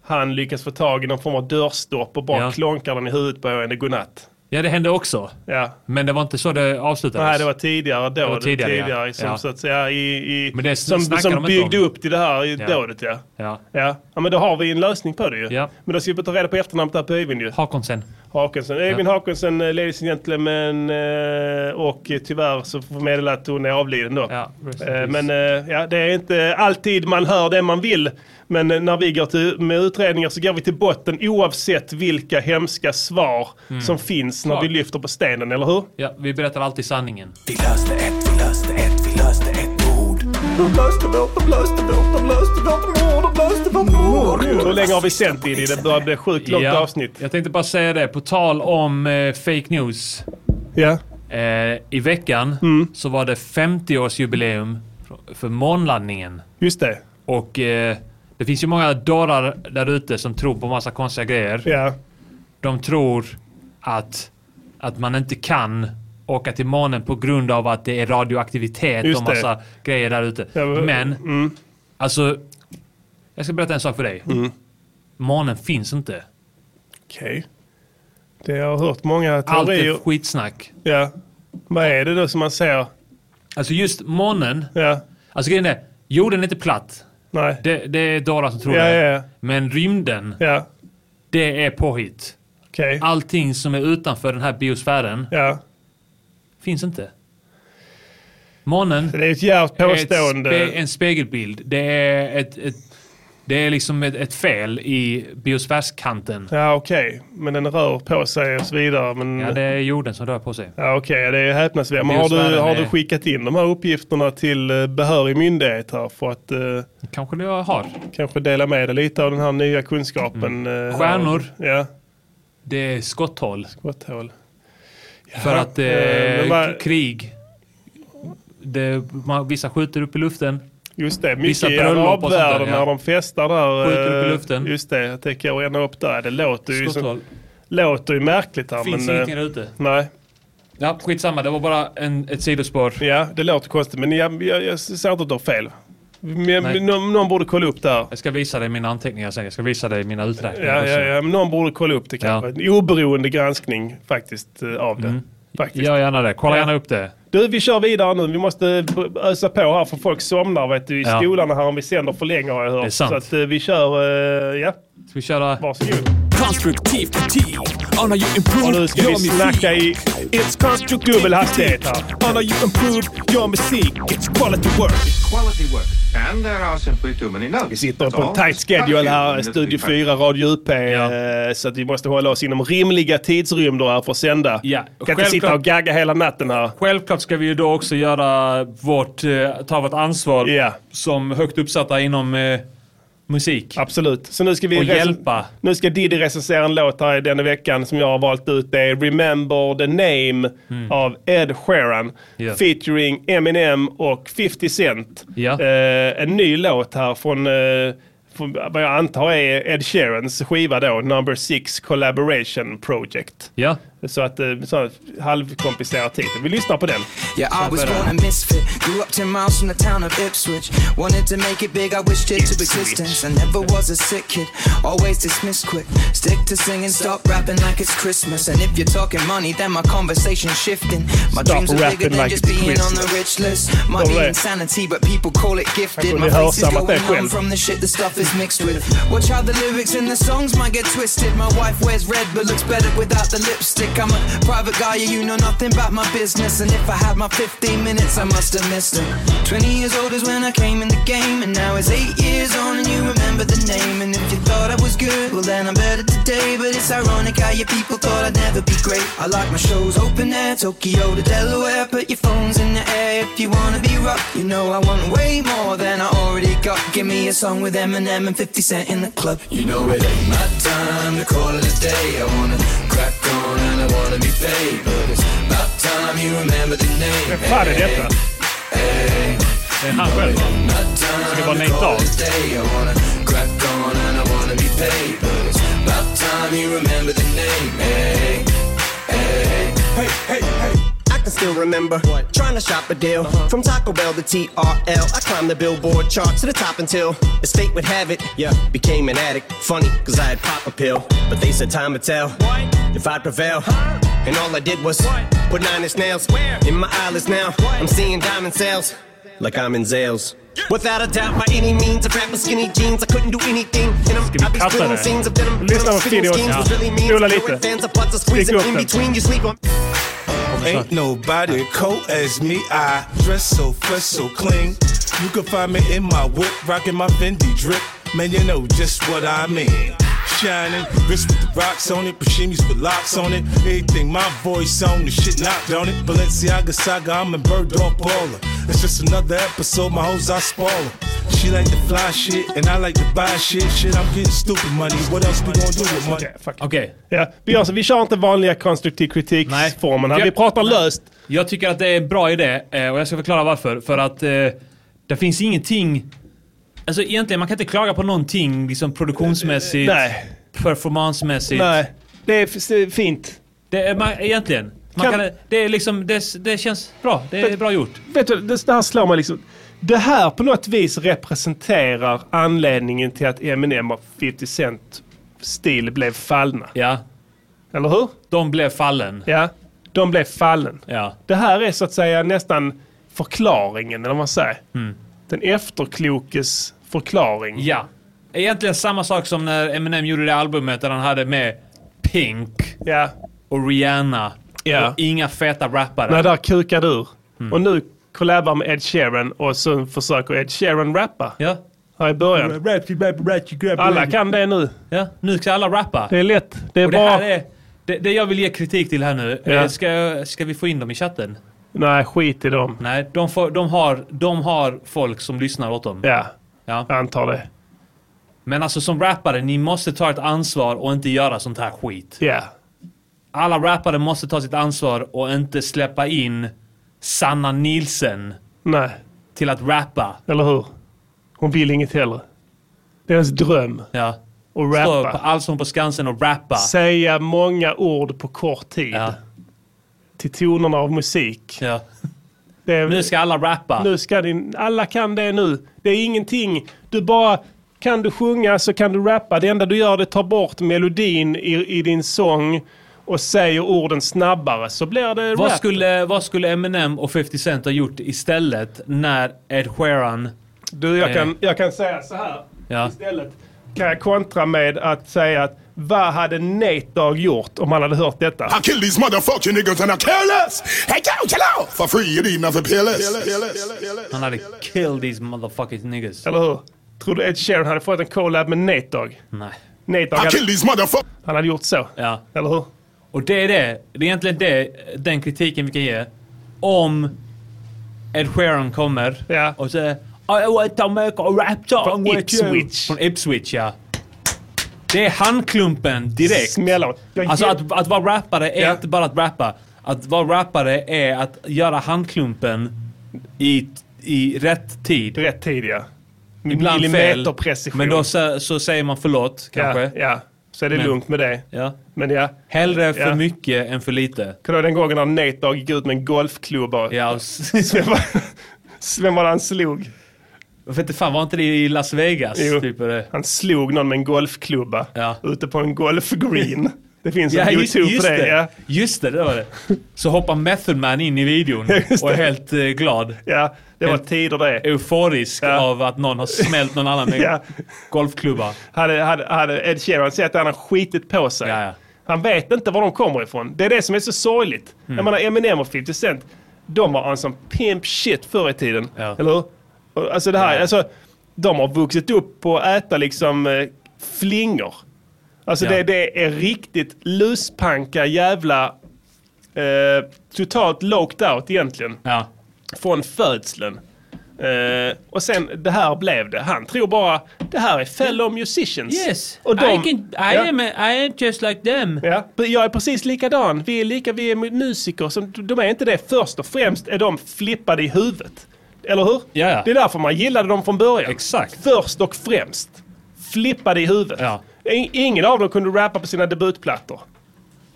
S1: Han lyckas få tag i någon form av dörrstopp och bara
S4: Ja.
S1: klonkar den i huvudet på henne, godnatt.
S4: ja, det hände också.
S1: Ja.
S4: Men det var inte så det avslutades.
S1: Nej, det var tidigare då.
S4: Det var tidigare, ja.
S1: som,
S4: Ja.
S1: så att säga, i, i,
S4: Men det
S1: som,
S4: snackar de
S1: som
S4: inte
S1: byggde
S4: om.
S1: upp till det här i
S4: Ja.
S1: dådet. Ja.
S4: Ja.
S1: Ja. ja, men då har vi en lösning på det ju.
S4: Ja.
S1: Men då ska vi ta reda på efternamnet där på Öyvind ju.
S4: Hakonsen.
S1: Hakonsen. Öyvind Hakonsen, eh, ladies and gentlemen. eh, Och eh, tyvärr så får vi meddela att hon är avliden då.
S4: rest in
S1: Eh,
S4: peace.
S1: men eh, ja, det är inte alltid man hör det man vill. Men eh, när vi går till, med utredningar så går vi till botten oavsett vilka hemska svar
S4: Mm.
S1: som finns när vi
S4: Klart.
S1: lyfter på stenen, eller hur?
S4: Ja, vi berättar alltid sanningen.
S3: Vi löste ett, vi löste ett, vi löste ett mord. De löste vårt, de löste vårt, de löste vårt mord, de löste vårt mord.
S1: Hur länge har vi sänt i det? Det börjar bli sjukt långt
S4: Ja,
S1: avsnitt.
S4: Jag tänkte bara säga det, på tal om eh, fake news.
S1: Ja. Mm.
S4: Eh, I veckan så var det 50-årsjubileum för- för månlandningen.
S1: Just det.
S4: Och eh, det finns ju många dårar där ute som tror på massa konstiga grejer.
S1: Ja.
S4: De tror att, att man inte kan åka till månen på grund av att det är radioaktivitet
S1: Just
S4: och
S1: det.
S4: massa grejer där ute.
S1: men- mm.
S4: Men, alltså, jag ska berätta en sak för dig. Månen finns inte.
S1: Okej. Det jag har hört många
S4: Allt
S1: teorier.
S4: är skitsnack.
S1: Ja. Vad är det då som man säger?
S4: Alltså just månen.
S1: Ja.
S4: Alltså grejen är, jorden är inte platt.
S1: Nej.
S4: Det, det är dårar som tror
S1: Ja,
S4: det.
S1: ja, ja.
S4: Men rymden, det är påhitt.
S1: Okay.
S4: Allting som är utanför den här biosfären finns inte. Månen
S1: det är ett djärvt
S4: är ett
S1: påstående.
S4: spe- en spegelbild. Det är, ett, ett, det är liksom ett, ett fel i biosfärskanten.
S1: Ja, okej. Men den rör på sig och så vidare. Men...
S4: Ja, det är jorden som rör på sig.
S1: Ja, okej. Det är häpnadsväckande. Men har du,
S4: Biosfären
S1: har du
S4: är-
S1: skickat in de här uppgifterna till eh, behörig myndighet här för att... eh,
S4: Kanske det jag har.
S1: Kanske dela med dig lite av den här nya
S4: Mm.
S1: kunskapen. eh, här.
S4: Stjärnor.
S1: Ja.
S4: Det är skotthål.
S1: Skotthål.
S4: För att
S1: eh,
S4: eh,
S1: men vad-
S4: krig. Det, man, vissa skjuter upp i luften.
S1: Just det,
S4: Vissa
S1: mycket i
S4: bröllop och sånt där,
S1: arabvärlden när
S4: ja.
S1: de festar där.
S4: Skjuter upp i
S1: eh,
S4: luften.
S1: Just det, att det går ända upp där. Det låter ju,
S4: Skotthål.
S1: som, låter ju märkligt här.
S4: Finns
S1: men, eh,
S4: ingenting där ute.
S1: Nej.
S4: Ja, skitsamma. Det var bara en, ett sidospår.
S1: Ja, det låter konstigt men jag, jag, jag ser inte att du har fel. Men,
S4: Nej.
S1: men någon, någon borde kolla upp det här.
S4: Jag ska visa dig mina anteckningar sen. Jag ska visa dig mina uträkningar
S1: Ja,
S4: också.
S1: ja, ja, men någon borde kolla upp det kanske. En oberoende granskning faktiskt eh, av
S4: Mm.
S1: det. Faktiskt.
S4: Gör gärna det. Kolla
S1: Ja.
S4: gärna upp det.
S1: Du, vi kör vidare nu. Vi måste b- ösa på här för folk somnar vet du, i
S4: Ja.
S1: skolan här om vi sänder för länge har jag hört.
S4: Det är sant.
S1: Så att eh, vi kör, eh, ja.
S4: Ska vi köra?
S1: Varsågod.
S14: Konstruktiv kritik. Anna you improved
S1: Och nu ska vi
S14: your musik.
S1: snacka i
S14: It's constructive
S1: dubbel hastighet här.
S14: Anna you improved your music. It's quality work.
S15: Quality work. And there are simply too many notes.
S1: Vi sitter på en tight schedule här, Studio 4, Radio UP. eh, Så att vi måste hålla oss inom rimliga tidsrymder här för att sända.
S4: Ja,
S1: Kan inte sitta och gagga hela natten här.
S4: Självklart ska vi ju då också göra vårt, eh, ta vårt ansvar som högt uppsatta inom eh, musik.
S1: Absolut. Så nu ska vi
S4: och
S1: rec-
S4: hjälpa.
S1: Nu ska Diddy recensera en låt här i denna veckan som jag har valt ut. Det är Remember the Name av Ed Sheeran.
S4: Mm. Ja.
S1: Featuring Eminem och 50 Cent.
S4: Ja.
S1: Eh, en ny låt här från, eh, från vad jag antar är Ed Sheerans skiva då, Number Six Collaboration Project.
S4: Ja.
S1: Så att, eh, så här halvkomplicerad titel. Vi lyssnar på den.
S16: Yeah, I was
S1: Så här börjar
S16: born a misfit. Grew up 10 miles from the town of Ipswich. Wanted to make it big, I wished it to existence. I never was a sick kid, always dismissed quick. Stick to singing, stop rapping like it's Christmas. And if you're talking money, then my conversation's shifting. My
S1: Stop
S16: dreams are bigger
S1: rapping
S16: than
S1: like
S16: just
S1: it's
S16: being on the
S1: Christmas.
S16: rich list. Money
S1: Don't let-
S16: and sanity, but people call it gifted.
S1: Kanske
S16: My
S1: ni
S16: face is
S1: hörsammat det
S16: going on
S1: själv.
S16: from the shit the stuff is mixed with. Watch how the lyrics in the songs might get twisted. My wife wears red, but looks better without the lipstick. sick. I'm a private guy, yeah, you know nothing about my business. And if I had my 15 minutes, I must have missed it. 20 years old is when I came in the game, and now it's 8 years on, and you remember the name. And if you thought I was good, well then I'm better today. But it's ironic how you people thought I'd never be great. I like my shows open air, Tokyo to Delaware. Put your phones in the air if you wanna be rock. You know I want way more than I already got. Give me a song with Eminem and 50 Cent in the club. You know it ain't my time to call it a day. I wanna crack on and I wanna be paid, but it's about time you remember the name.
S1: Vem fan är detta?
S4: Det är han själv. Ska det vara Nate Dogg?
S16: Day I wanna crack on and I wanna be paid, but it's about time you remember the name.
S17: eh,
S16: Hey, hey, hey, hey, hey.
S17: I can still remember trying to shop a deal from Taco Bell to TRL. I climbed the Billboard chart to the top until the state would have it. Yeah, became an addict. Funny, cause I had pop a pill, but they said time to tell if I'd prevail. And all I did was put nine inch nails in my eyelids. Now I'm seeing diamond sales like I'm in Zales. Without a doubt, by any means, I wrapped my skinny jeans. I couldn't do anything. And I'm I've been
S1: kasta
S17: splitting
S1: det?
S17: scenes of venom.
S1: Lyssna på
S17: venom, spitting
S1: videon.
S17: schemes was
S1: Ja.
S17: really mean.
S1: Spola
S17: Throwing
S1: lite.
S17: Fans apart to squeeze
S1: Stick
S17: them
S1: upp
S17: in
S1: den.
S17: between. You sleep on.
S18: Ain't nobody cold as me. I dress so fresh, so clean. You can find me in my whip, rocking my Fendi drip. Man, you know just what I mean. Shining, wrist with the rocks on it, Pashimis with locks on it. Everything my voice on, the shit knocked on it. Balenciaga saga, I'm in bird dog baller. It's just another episode, my hoes I spoiler. She like to fly shit, and I like to buy shit. Shit, I'm getting stupid money. What else we gonna do with money?
S4: Okej.
S1: Ja, vi, gör, så- vi kör inte vanliga konstruktiv kritik-formen här. Vi pratar löst.
S4: Jag tycker att det är en bra idé eh, och jag ska förklara varför. För att eh, det finns ingenting... Alltså egentligen, man kan inte klaga på någonting liksom produktionsmässigt,
S1: Nej.
S4: performancemässigt.
S1: Nej, det är f- det är fint.
S4: Det är, man, egentligen. Man
S1: Kan-
S4: kan, det, är liksom, det, det känns bra. Det är bra gjort.
S1: Vet du, det, det här slår mig liksom. Det här på något vis representerar anledningen till att Eminem och 50 Cent stil blev fallna.
S4: Ja.
S1: Eller hur?
S4: De blev fallen.
S1: Ja, de blev fallen.
S4: Ja.
S1: Det här är så att säga nästan förklaringen, eller vad man säger.
S4: Mm.
S1: Den efterklokes förklaring.
S4: Ja. Egentligen samma sak som när Eminem gjorde det albumet där han hade med Pink och Rihanna.
S1: Ja.
S4: Och inga feta rappare.
S1: När där kukade ur. Och nu collabar med Ed Sheeran och så försöker Ed Sheeran rappa.
S4: Ja.
S1: Här i början. Alla kan det nu.
S4: Ja, nu ska alla rappa.
S1: Det är lätt. Det är
S4: och det,
S1: bara...
S4: här är, det, det jag vill ge kritik till här nu.
S1: Ja.
S4: eh, Ska, ska vi få in dem i chatten?
S1: Nej, skit i dem.
S4: Nej, de, får, de, har, de har folk som lyssnar åt dem.
S1: Ja,
S4: ja.
S1: jag antar det.
S4: Men alltså som rappare, ni måste ta ett ansvar och inte göra sånt här skit.
S1: Ja.
S4: Alla rappare måste ta sitt ansvar och inte släppa in Sanna Nielsen
S1: Nej.
S4: till att rappa.
S1: Eller hur? Hon vill inget heller. Det är hennes dröm.
S4: Ja.
S1: Och
S4: Stå
S1: rappa.
S4: på Allsång på Skansen och rappa.
S1: Säga många ord på kort tid. Till tonerna av musik.
S4: Ja.
S1: Det är,
S4: Nu ska alla rappa.
S1: Nu ska din, alla kan det nu. Det är ingenting. Du bara... Kan du sjunga så kan du rappa. Det enda du gör är att ta bort melodin i, i din sång och säger orden snabbare så blir det
S4: Vad
S1: rap.
S4: skulle, vad skulle Eminem och 50 Cent ha gjort istället när Ed Sheeran...
S1: Du, jag
S4: eh,
S1: kan, jag kan säga så här
S4: Ja.
S1: istället. Kan jag kontra med att säga att vad hade Nate Dogg gjort om han hade hört detta?
S5: I kill these motherfucking niggas and I care less. Hey, yo, chill out. For free, it ain't nothing peerless.
S4: Han hade killed these motherfucking niggas.
S1: Eller hur? Tror du Ed Sheeran hade fått en collab med Nate Dogg?
S4: Nej.
S1: Nate
S6: Ah,
S1: Dogg hade, han hade gjort så.
S4: Ja.
S1: Eller hur?
S4: Och det är det. Det är egentligen det, den kritiken vi kan ge. Om Ed Sheeran kommer och säger I want to make a rap song
S1: Från
S4: with you."
S1: Ipswich.
S4: Från Ipswich, ja. Det är handklumpen direkt.
S1: Smälla åt. Jag
S4: Alltså
S1: ger-
S4: att, att vara rappare är inte bara att rappa. Att vara rappare är att göra handklumpen i, i rätt tid.
S1: Rätt tid, ja.
S4: Ibland fel.
S1: Millimeterprecision.
S4: Men då så, så säger man förlåt, kanske.
S1: Ja, ja. Så är det
S4: Men-
S1: lugnt med det.
S4: Ja.
S1: Men ja.
S4: Hellre för
S1: Ja.
S4: mycket än för lite.
S1: Kan du ihåg den gången när Nate Dogg gick ut med en golfklubba?
S4: Ja, och s-
S1: <laughs> Vem var, vem var det han slog?
S4: <laughs> Jag vet inte fan, var inte det i Las Vegas?
S1: Jo.
S4: Typ, eller?
S1: Han slog någon med en golfklubba ute på en
S4: <laughs>
S1: golfgreen. Det finns en
S4: just-
S1: YouTube
S4: just
S1: på det. Ja.
S4: Just det, det var det. Så hoppar Method Man in i
S1: <laughs>
S4: videon
S1: just
S4: och är
S1: det.
S4: helt eh, glad.
S1: Ja, det var tider det.
S4: Euforisk av att någon har smält någon annan
S1: <laughs>
S4: med
S1: Ja.
S4: golfklubba.
S1: Hade, hade, hade Ed Sheeran sett att han har skitit på sig. Han vet inte var de kommer ifrån. Det är det som är så sorgligt.
S4: Mm.
S1: Jag menar Eminem och 50 Cent, de var en sån pimp shit förr i tiden. Eller hur? Och, Alltså det här, alltså, de har vuxit upp på att äta liksom eh, flingor. Alltså
S4: Ja.
S1: det, det är riktigt luspanka jävla eh, totalt locked out egentligen. Från födseln. Eh, och sen, det här blev det. Han tror bara, det här är fellow musicians.
S4: Yes.
S1: Och
S4: I can- I am
S1: I am just like them. Ja. pre- Jag är precis likadan. Vi är lika, vi är mu- musiker. Så de är inte det. Först och främst är de flippade i huvudet. Eller hur?
S4: Ja.
S1: Det är därför man gillade dem från början. Exakt. Först och främst. Flippade i huvudet. I- Ingen av dem kunde rappa på sina debutplattor.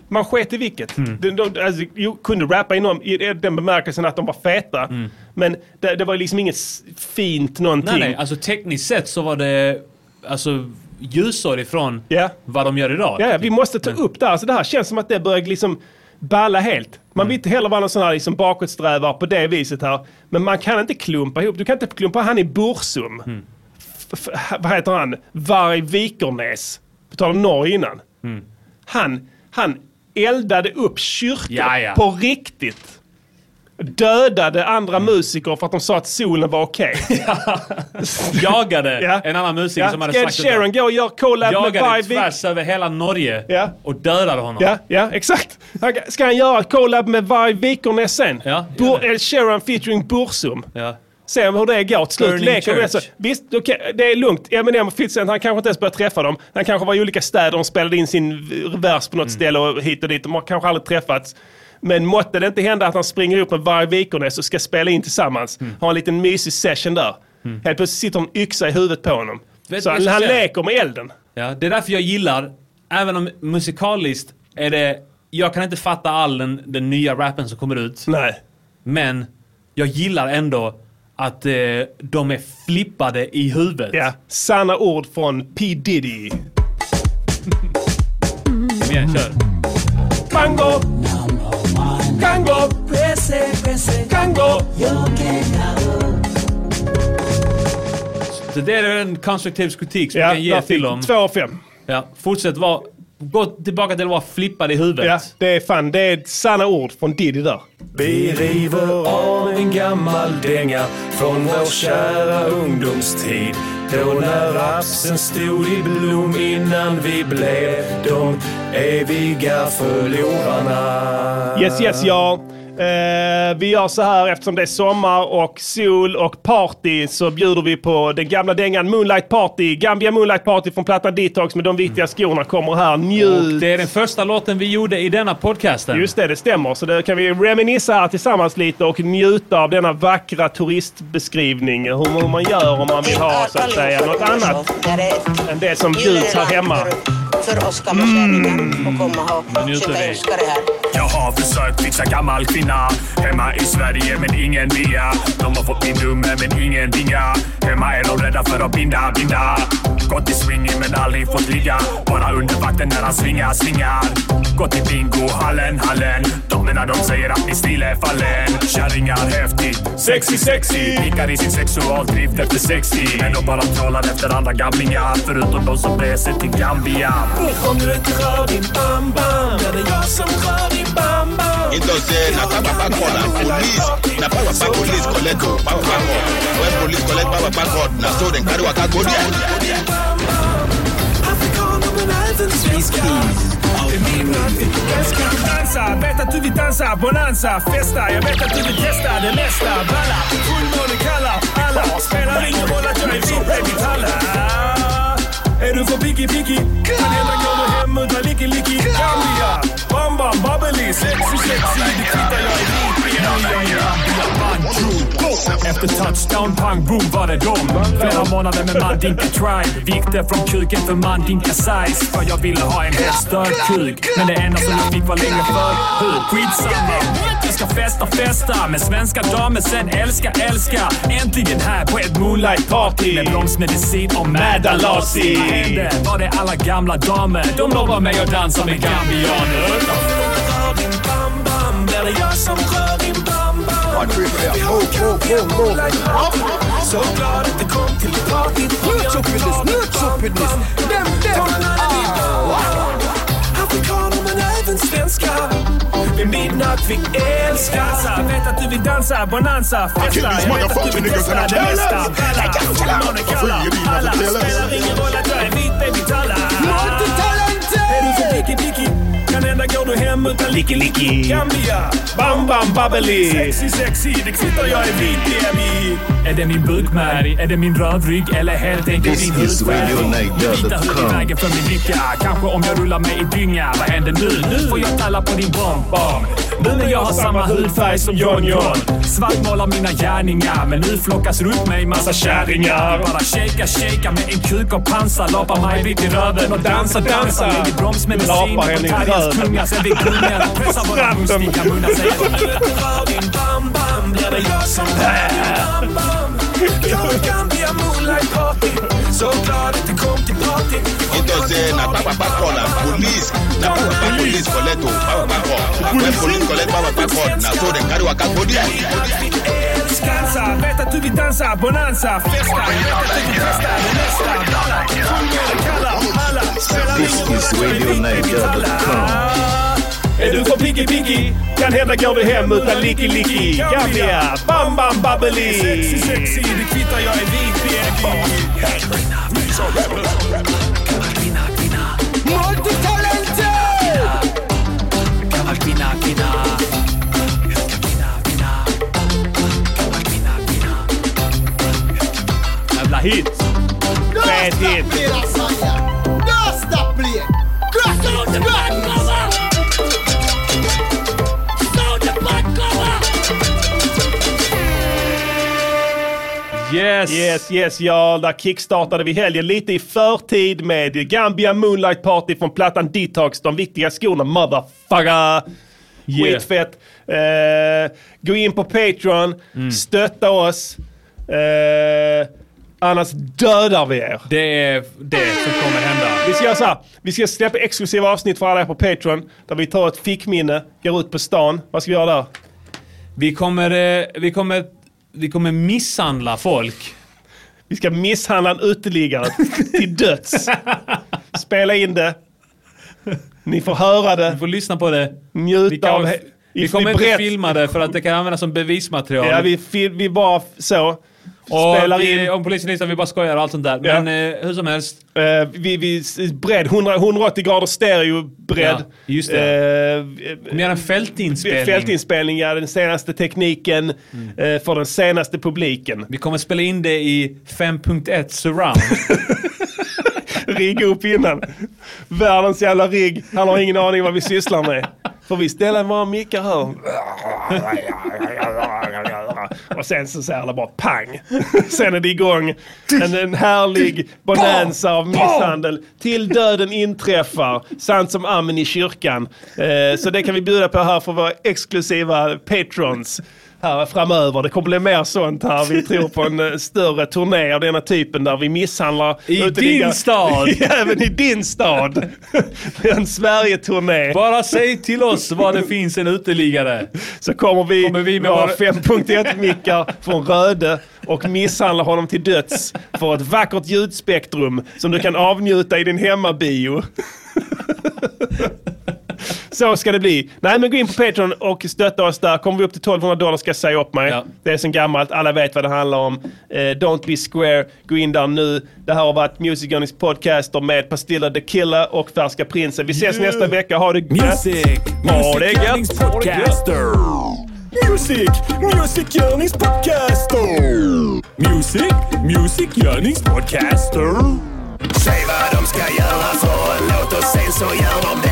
S1: Man sket i vilket.
S4: Mm.
S1: De, de, alltså, jo, kunde rappa inom, i den bemärkelsen att de var feta. Men det, det var liksom inget s- fint någonting.
S4: Mm. Nej, nej. Alltså tekniskt sett så var det alltså, ljusår ifrån vad de gör idag.
S1: Ja, ja, vi måste ta
S4: Mm.
S1: upp det här. Så det här känns som att det börjar liksom balla helt.
S4: Mm.
S1: Man vill inte heller vara någon sån här liksom bakåtsträvare på det viset här. Men man kan inte klumpa ihop. Du kan inte klumpa, han i Bursum.
S4: Mm.
S1: F- f- vad heter han? Varg Vikernes. På tal om Norge innan.
S4: Mm.
S1: Han, han eldade upp kyrkor
S4: Ja, ja.
S1: på riktigt. Dödade andra
S4: Mm.
S1: musiker för att de sa att solen var
S4: <laughs>
S1: okej.
S4: Jagade en annan musiker
S1: Ja,
S4: som hade
S1: Ed
S4: sagt
S1: Sheeran går och gör collab med
S4: Jagade
S1: Varg Vikernes.
S4: tvärs över hela Norge och dödade honom.
S1: Ja, ja, exakt. Han ska- Ska han göra ett collab med Varg Vikernes sen? Ja, El Sheeran featuring Bursum.
S4: Ja.
S1: Se hur det går till slut.
S4: Burning
S1: Leker vi alltså.
S4: Church.
S1: Visst, okej, det är lugnt. Eminem och 50 Cent, han kanske inte ens började träffa dem. Han kanske var i olika städer och spelade in sin v- vers på något
S4: Mm.
S1: ställe och hit och dit. De har kanske aldrig träffats. Men måtte det inte hända att han springer upp med Varg Vikernes och ska spela in tillsammans.
S4: Mm.
S1: Ha en liten mysig session där. Helt plötsligt sitter en yxa i huvudet på honom.
S4: Vet
S1: Så
S4: du vad
S1: han,
S4: jag ska
S1: han
S4: säga?
S1: leker med elden.
S4: Ja, det är därför jag gillar, även om musikaliskt är det, jag kan inte fatta all den, den nya rappen som kommer ut.
S1: Nej.
S4: Men jag gillar ändå att eh, de är flippade i huvudet.
S1: Ja, sanna ord från P Diddy.
S4: Kom igen, kör.
S1: Kango! Kango! Kango!
S4: Så det är en konstruktiv kritik som
S1: Ja,
S4: jag
S1: där
S4: kan ge
S1: fick
S4: till
S1: du
S4: dem.
S1: två av fem.
S4: Ja, fortsätt vara, gå tillbaka till att vara flippad i huvudet.
S1: Ja, det är fan, det är sanna ord från Diddy där.
S17: Vi river av en gammal dänga från vår kära ungdomstid. Då när rapsen stod i blom innan vi blev de eviga förlorarna.
S1: Yes, yes, ja. Eh, vi gör så här eftersom det är sommar och sol och party så bjuder vi på den gamla dängan Moonlight Party. Gambia Moonlight Party från plattan Detox med de viktiga skorna kommer här. Njut!
S4: Och det är den första låten vi gjorde i denna podcasten.
S1: Just det, det stämmer. Så det kan vi reminissa här tillsammans lite och njuta av denna vackra turistbeskrivning. Hur hur man gör om man vill ha så att säga något annat än det som bjuds här hemma. Mm,
S4: Nu njuter vi.
S2: Jag har försökt fixa gammal kvinna Hemma i Sverige men ingen via De har fått min nummer men ingen vinga Hemma är de rädda för att binda, binda Gått i swinging men aldrig fått ligga Bara under vakten när han svingar, svingar Gått i bingohallen, hallen Damerna de säger att min stil är fallen Kärringar häftigt, sexy, sexy Pikar i sin sexualdrift efter sexy Men de bara trollar efter andra gamlingar Förutom de som reser till Gambia
S17: Om du inte rör din bam-bam, då är det jag som rör din bam-bam.
S6: Into say na power pack call and police. Na power pack police collect oh, o power pack call. When police collect power pack call, na so dem carry waka go there.
S17: Älskar du dansa? Vet att du vill dansa? Bonanza, festa Jag vet att du vill testa det mesta Balla, fullmåne kallar alla Spelar ingen roll att jag är vit, baby talla Är du för picky picky? Men hela går du hem utan licky licky Gambia, bam bam, babbeli Sexy sexy, det kvittar jag är vit
S2: Efter touchdown, pang, boom var det dom. Flera månader med mandinka tribe. Vikter från kuken för mandinka size. För jag ville ha en helt störd kuk. Men det enda som jag fick var längre förhud. Skitsamma. Jag ska festa, festa med svenska damer. Sen älska, älska. Äntligen här på ett moonlight party. Med bromsmedicin och Madalasi. Vad hände? Var det alla gamla damer? De lovar mig att dansa med gambianer.
S17: Bam, det är jag som rör din bam bam Vi har Gambia moonlight party Så glad att du kom till party Nutsopidis, nutsopidis Dem, dem, ah Afrikaner med
S2: svenskar. Vid midnatt vi älskar. Dansa, vet att du vill dansa. Bonanza,
S19: Kill
S2: festa.
S19: these
S2: Jag vet att du
S19: motherfucking
S2: vill
S19: niggas and
S2: testa
S19: I
S2: det
S19: kill us.
S2: mesta.
S19: I can't kill
S2: Balla,
S19: us. For free, you need not to
S2: alla.
S19: kill us.
S2: Spelar ingen roll att jag är vit, baby, talla. Är du för dicky, dicky? Kan hända går du hem utan licky, licky. Gambia, bam, bam, babbeli. Sexy, sexy, det kvittar jag är vit, baby.
S17: Är det min burkmärg? Är det min rövrygg? Eller helt enkelt
S2: This
S17: din
S2: is
S17: Min vita hud i
S2: radionightdub.com.
S17: vägen för min lycka. Kanske om jag rullar mig i dynga. Vad händer nu? Nu får jag talla på din bonbon. Nu när jag har samma hudfärg som John John. Svartmålar mina gärningar. Men nu flockas runt mig massa kärringar. Bara shakea, shakea med en kuk och pansar. Lapar mig vitt i röven och dansa, dansa. Lägger bromsmedicin
S2: Lapar
S17: på
S2: henne i
S17: talgens
S2: röven.
S17: kungar. Sen vi gungar. Pressar våra mustiga munnar. Säger
S2: Blir det jag som bär? Bam, bam. Jag kan bli en moonlight party. Så glad att du kom till party.
S6: It was say na power back call and police. Na power back police collect oh, o power back call. When police collect power back call, na so dem carry waka go there.
S2: Skansa, vet att du vill dansa. Bonanza, festa. Vet att du vill testa det mesta. Balla, sjung kalla. Alla, spelar ingen roll att jag är vit, baby, talla. Är du för piggy piggy? Kan hända går du hem utan licky licky. Gambia, bam bam babbeli. Sexy sexy, det kvittar jag är vit
S17: Gammal kvinna, kvinna.
S4: Jävla hit! Bad hit!
S1: Yes! Yes, yes, ja. Där kickstartade vi helgen lite i förtid med Gambia Moonlight Party från plattan Detox. De viktiga skorna, motherfucker!
S4: Yeah.
S1: Skitfett. Eh, gå in på Patreon,
S4: Mm.
S1: stötta oss. Eh, annars dödar vi er.
S4: Det är det som kommer hända.
S1: Vi ska göra så här. Vi ska släppa exklusiva avsnitt för alla er på Patreon. Där vi tar ett fickminne, går ut på stan. Vad ska vi göra där?
S4: Vi kommer, eh, vi kommer, vi kommer misshandla folk.
S1: Vi ska misshandla en uteliggare till döds. Spela in det. Ni får höra det. Ni
S4: får lyssna på det.
S1: Njuta
S4: Vi, kan,
S1: av... he-
S4: vi kommer inte filma det för att det kan användas som bevismaterial.
S1: Ja, vi, fil- vi bara f- så.
S4: och
S1: spelar
S4: vi,
S1: in.
S4: Om polisen lyssnar, vi bara skojar och allt sånt där.
S1: Ja.
S4: Men eh, hur som helst.
S1: Eh, vi, vi s- bredd, 100, 180 grader stereo bredd.
S4: Ja, just
S1: Uh,
S4: Mer en fältinspelning.
S1: Fältinspelning, ja. Den senaste tekniken
S4: Mm.
S1: eh, för den senaste publiken.
S4: Vi kommer spela in det i
S1: <laughs>
S4: 5.1 surround.
S1: Rigga upp innan. Världens jävla rigg. Han har ingen aning vad vi sysslar med. Får vi ställa våra mickar här? Och sen så säger det bara pang. Sen är det igång. En, en härlig bonanza av misshandel. Till döden inträffar. Sant som amen i kyrkan. Eh, så det kan vi bjuda på här för våra exklusiva patrons. Här framöver. Det kommer bli mer sånt här. Vi tror på en eh, större turné av denna typen där vi misshandlar
S4: I
S1: uteliggare- <laughs>
S4: din stad.
S1: Även i din stad! en Sverige-turné.
S4: Bara säg till oss var det finns en uteliggare.
S1: Så kommer vi, kommer
S4: vi med
S1: våra
S4: våra-
S1: 5.1-mickar från Röde och misshandlar honom till döds för ett vackert ljudspektrum som du kan avnjuta i din hemmabio. <laughs> Så ska det bli. Nej men gå in på Patreon och stötta oss där. Kommer vi upp till 1200 dollar ska jag säga upp mig. Det är sen gammalt, alla vet vad det handlar om. Eh, don't be square, gå in där nu. Det här har varit Music Gunnings podcaster med Pastilla the Killer och Färska Prinsen. Vi ses
S2: Yeah.
S1: nästa vecka, ha det gött!
S2: Music,
S1: ha det
S2: Music
S1: gött! Ha det gött.
S2: Gunnings podcaster. Music, Music Yearnings Podcaster. Music, Music Yearnings Podcaster.
S20: Säg vad de ska göra för en låt och sen så gör de det.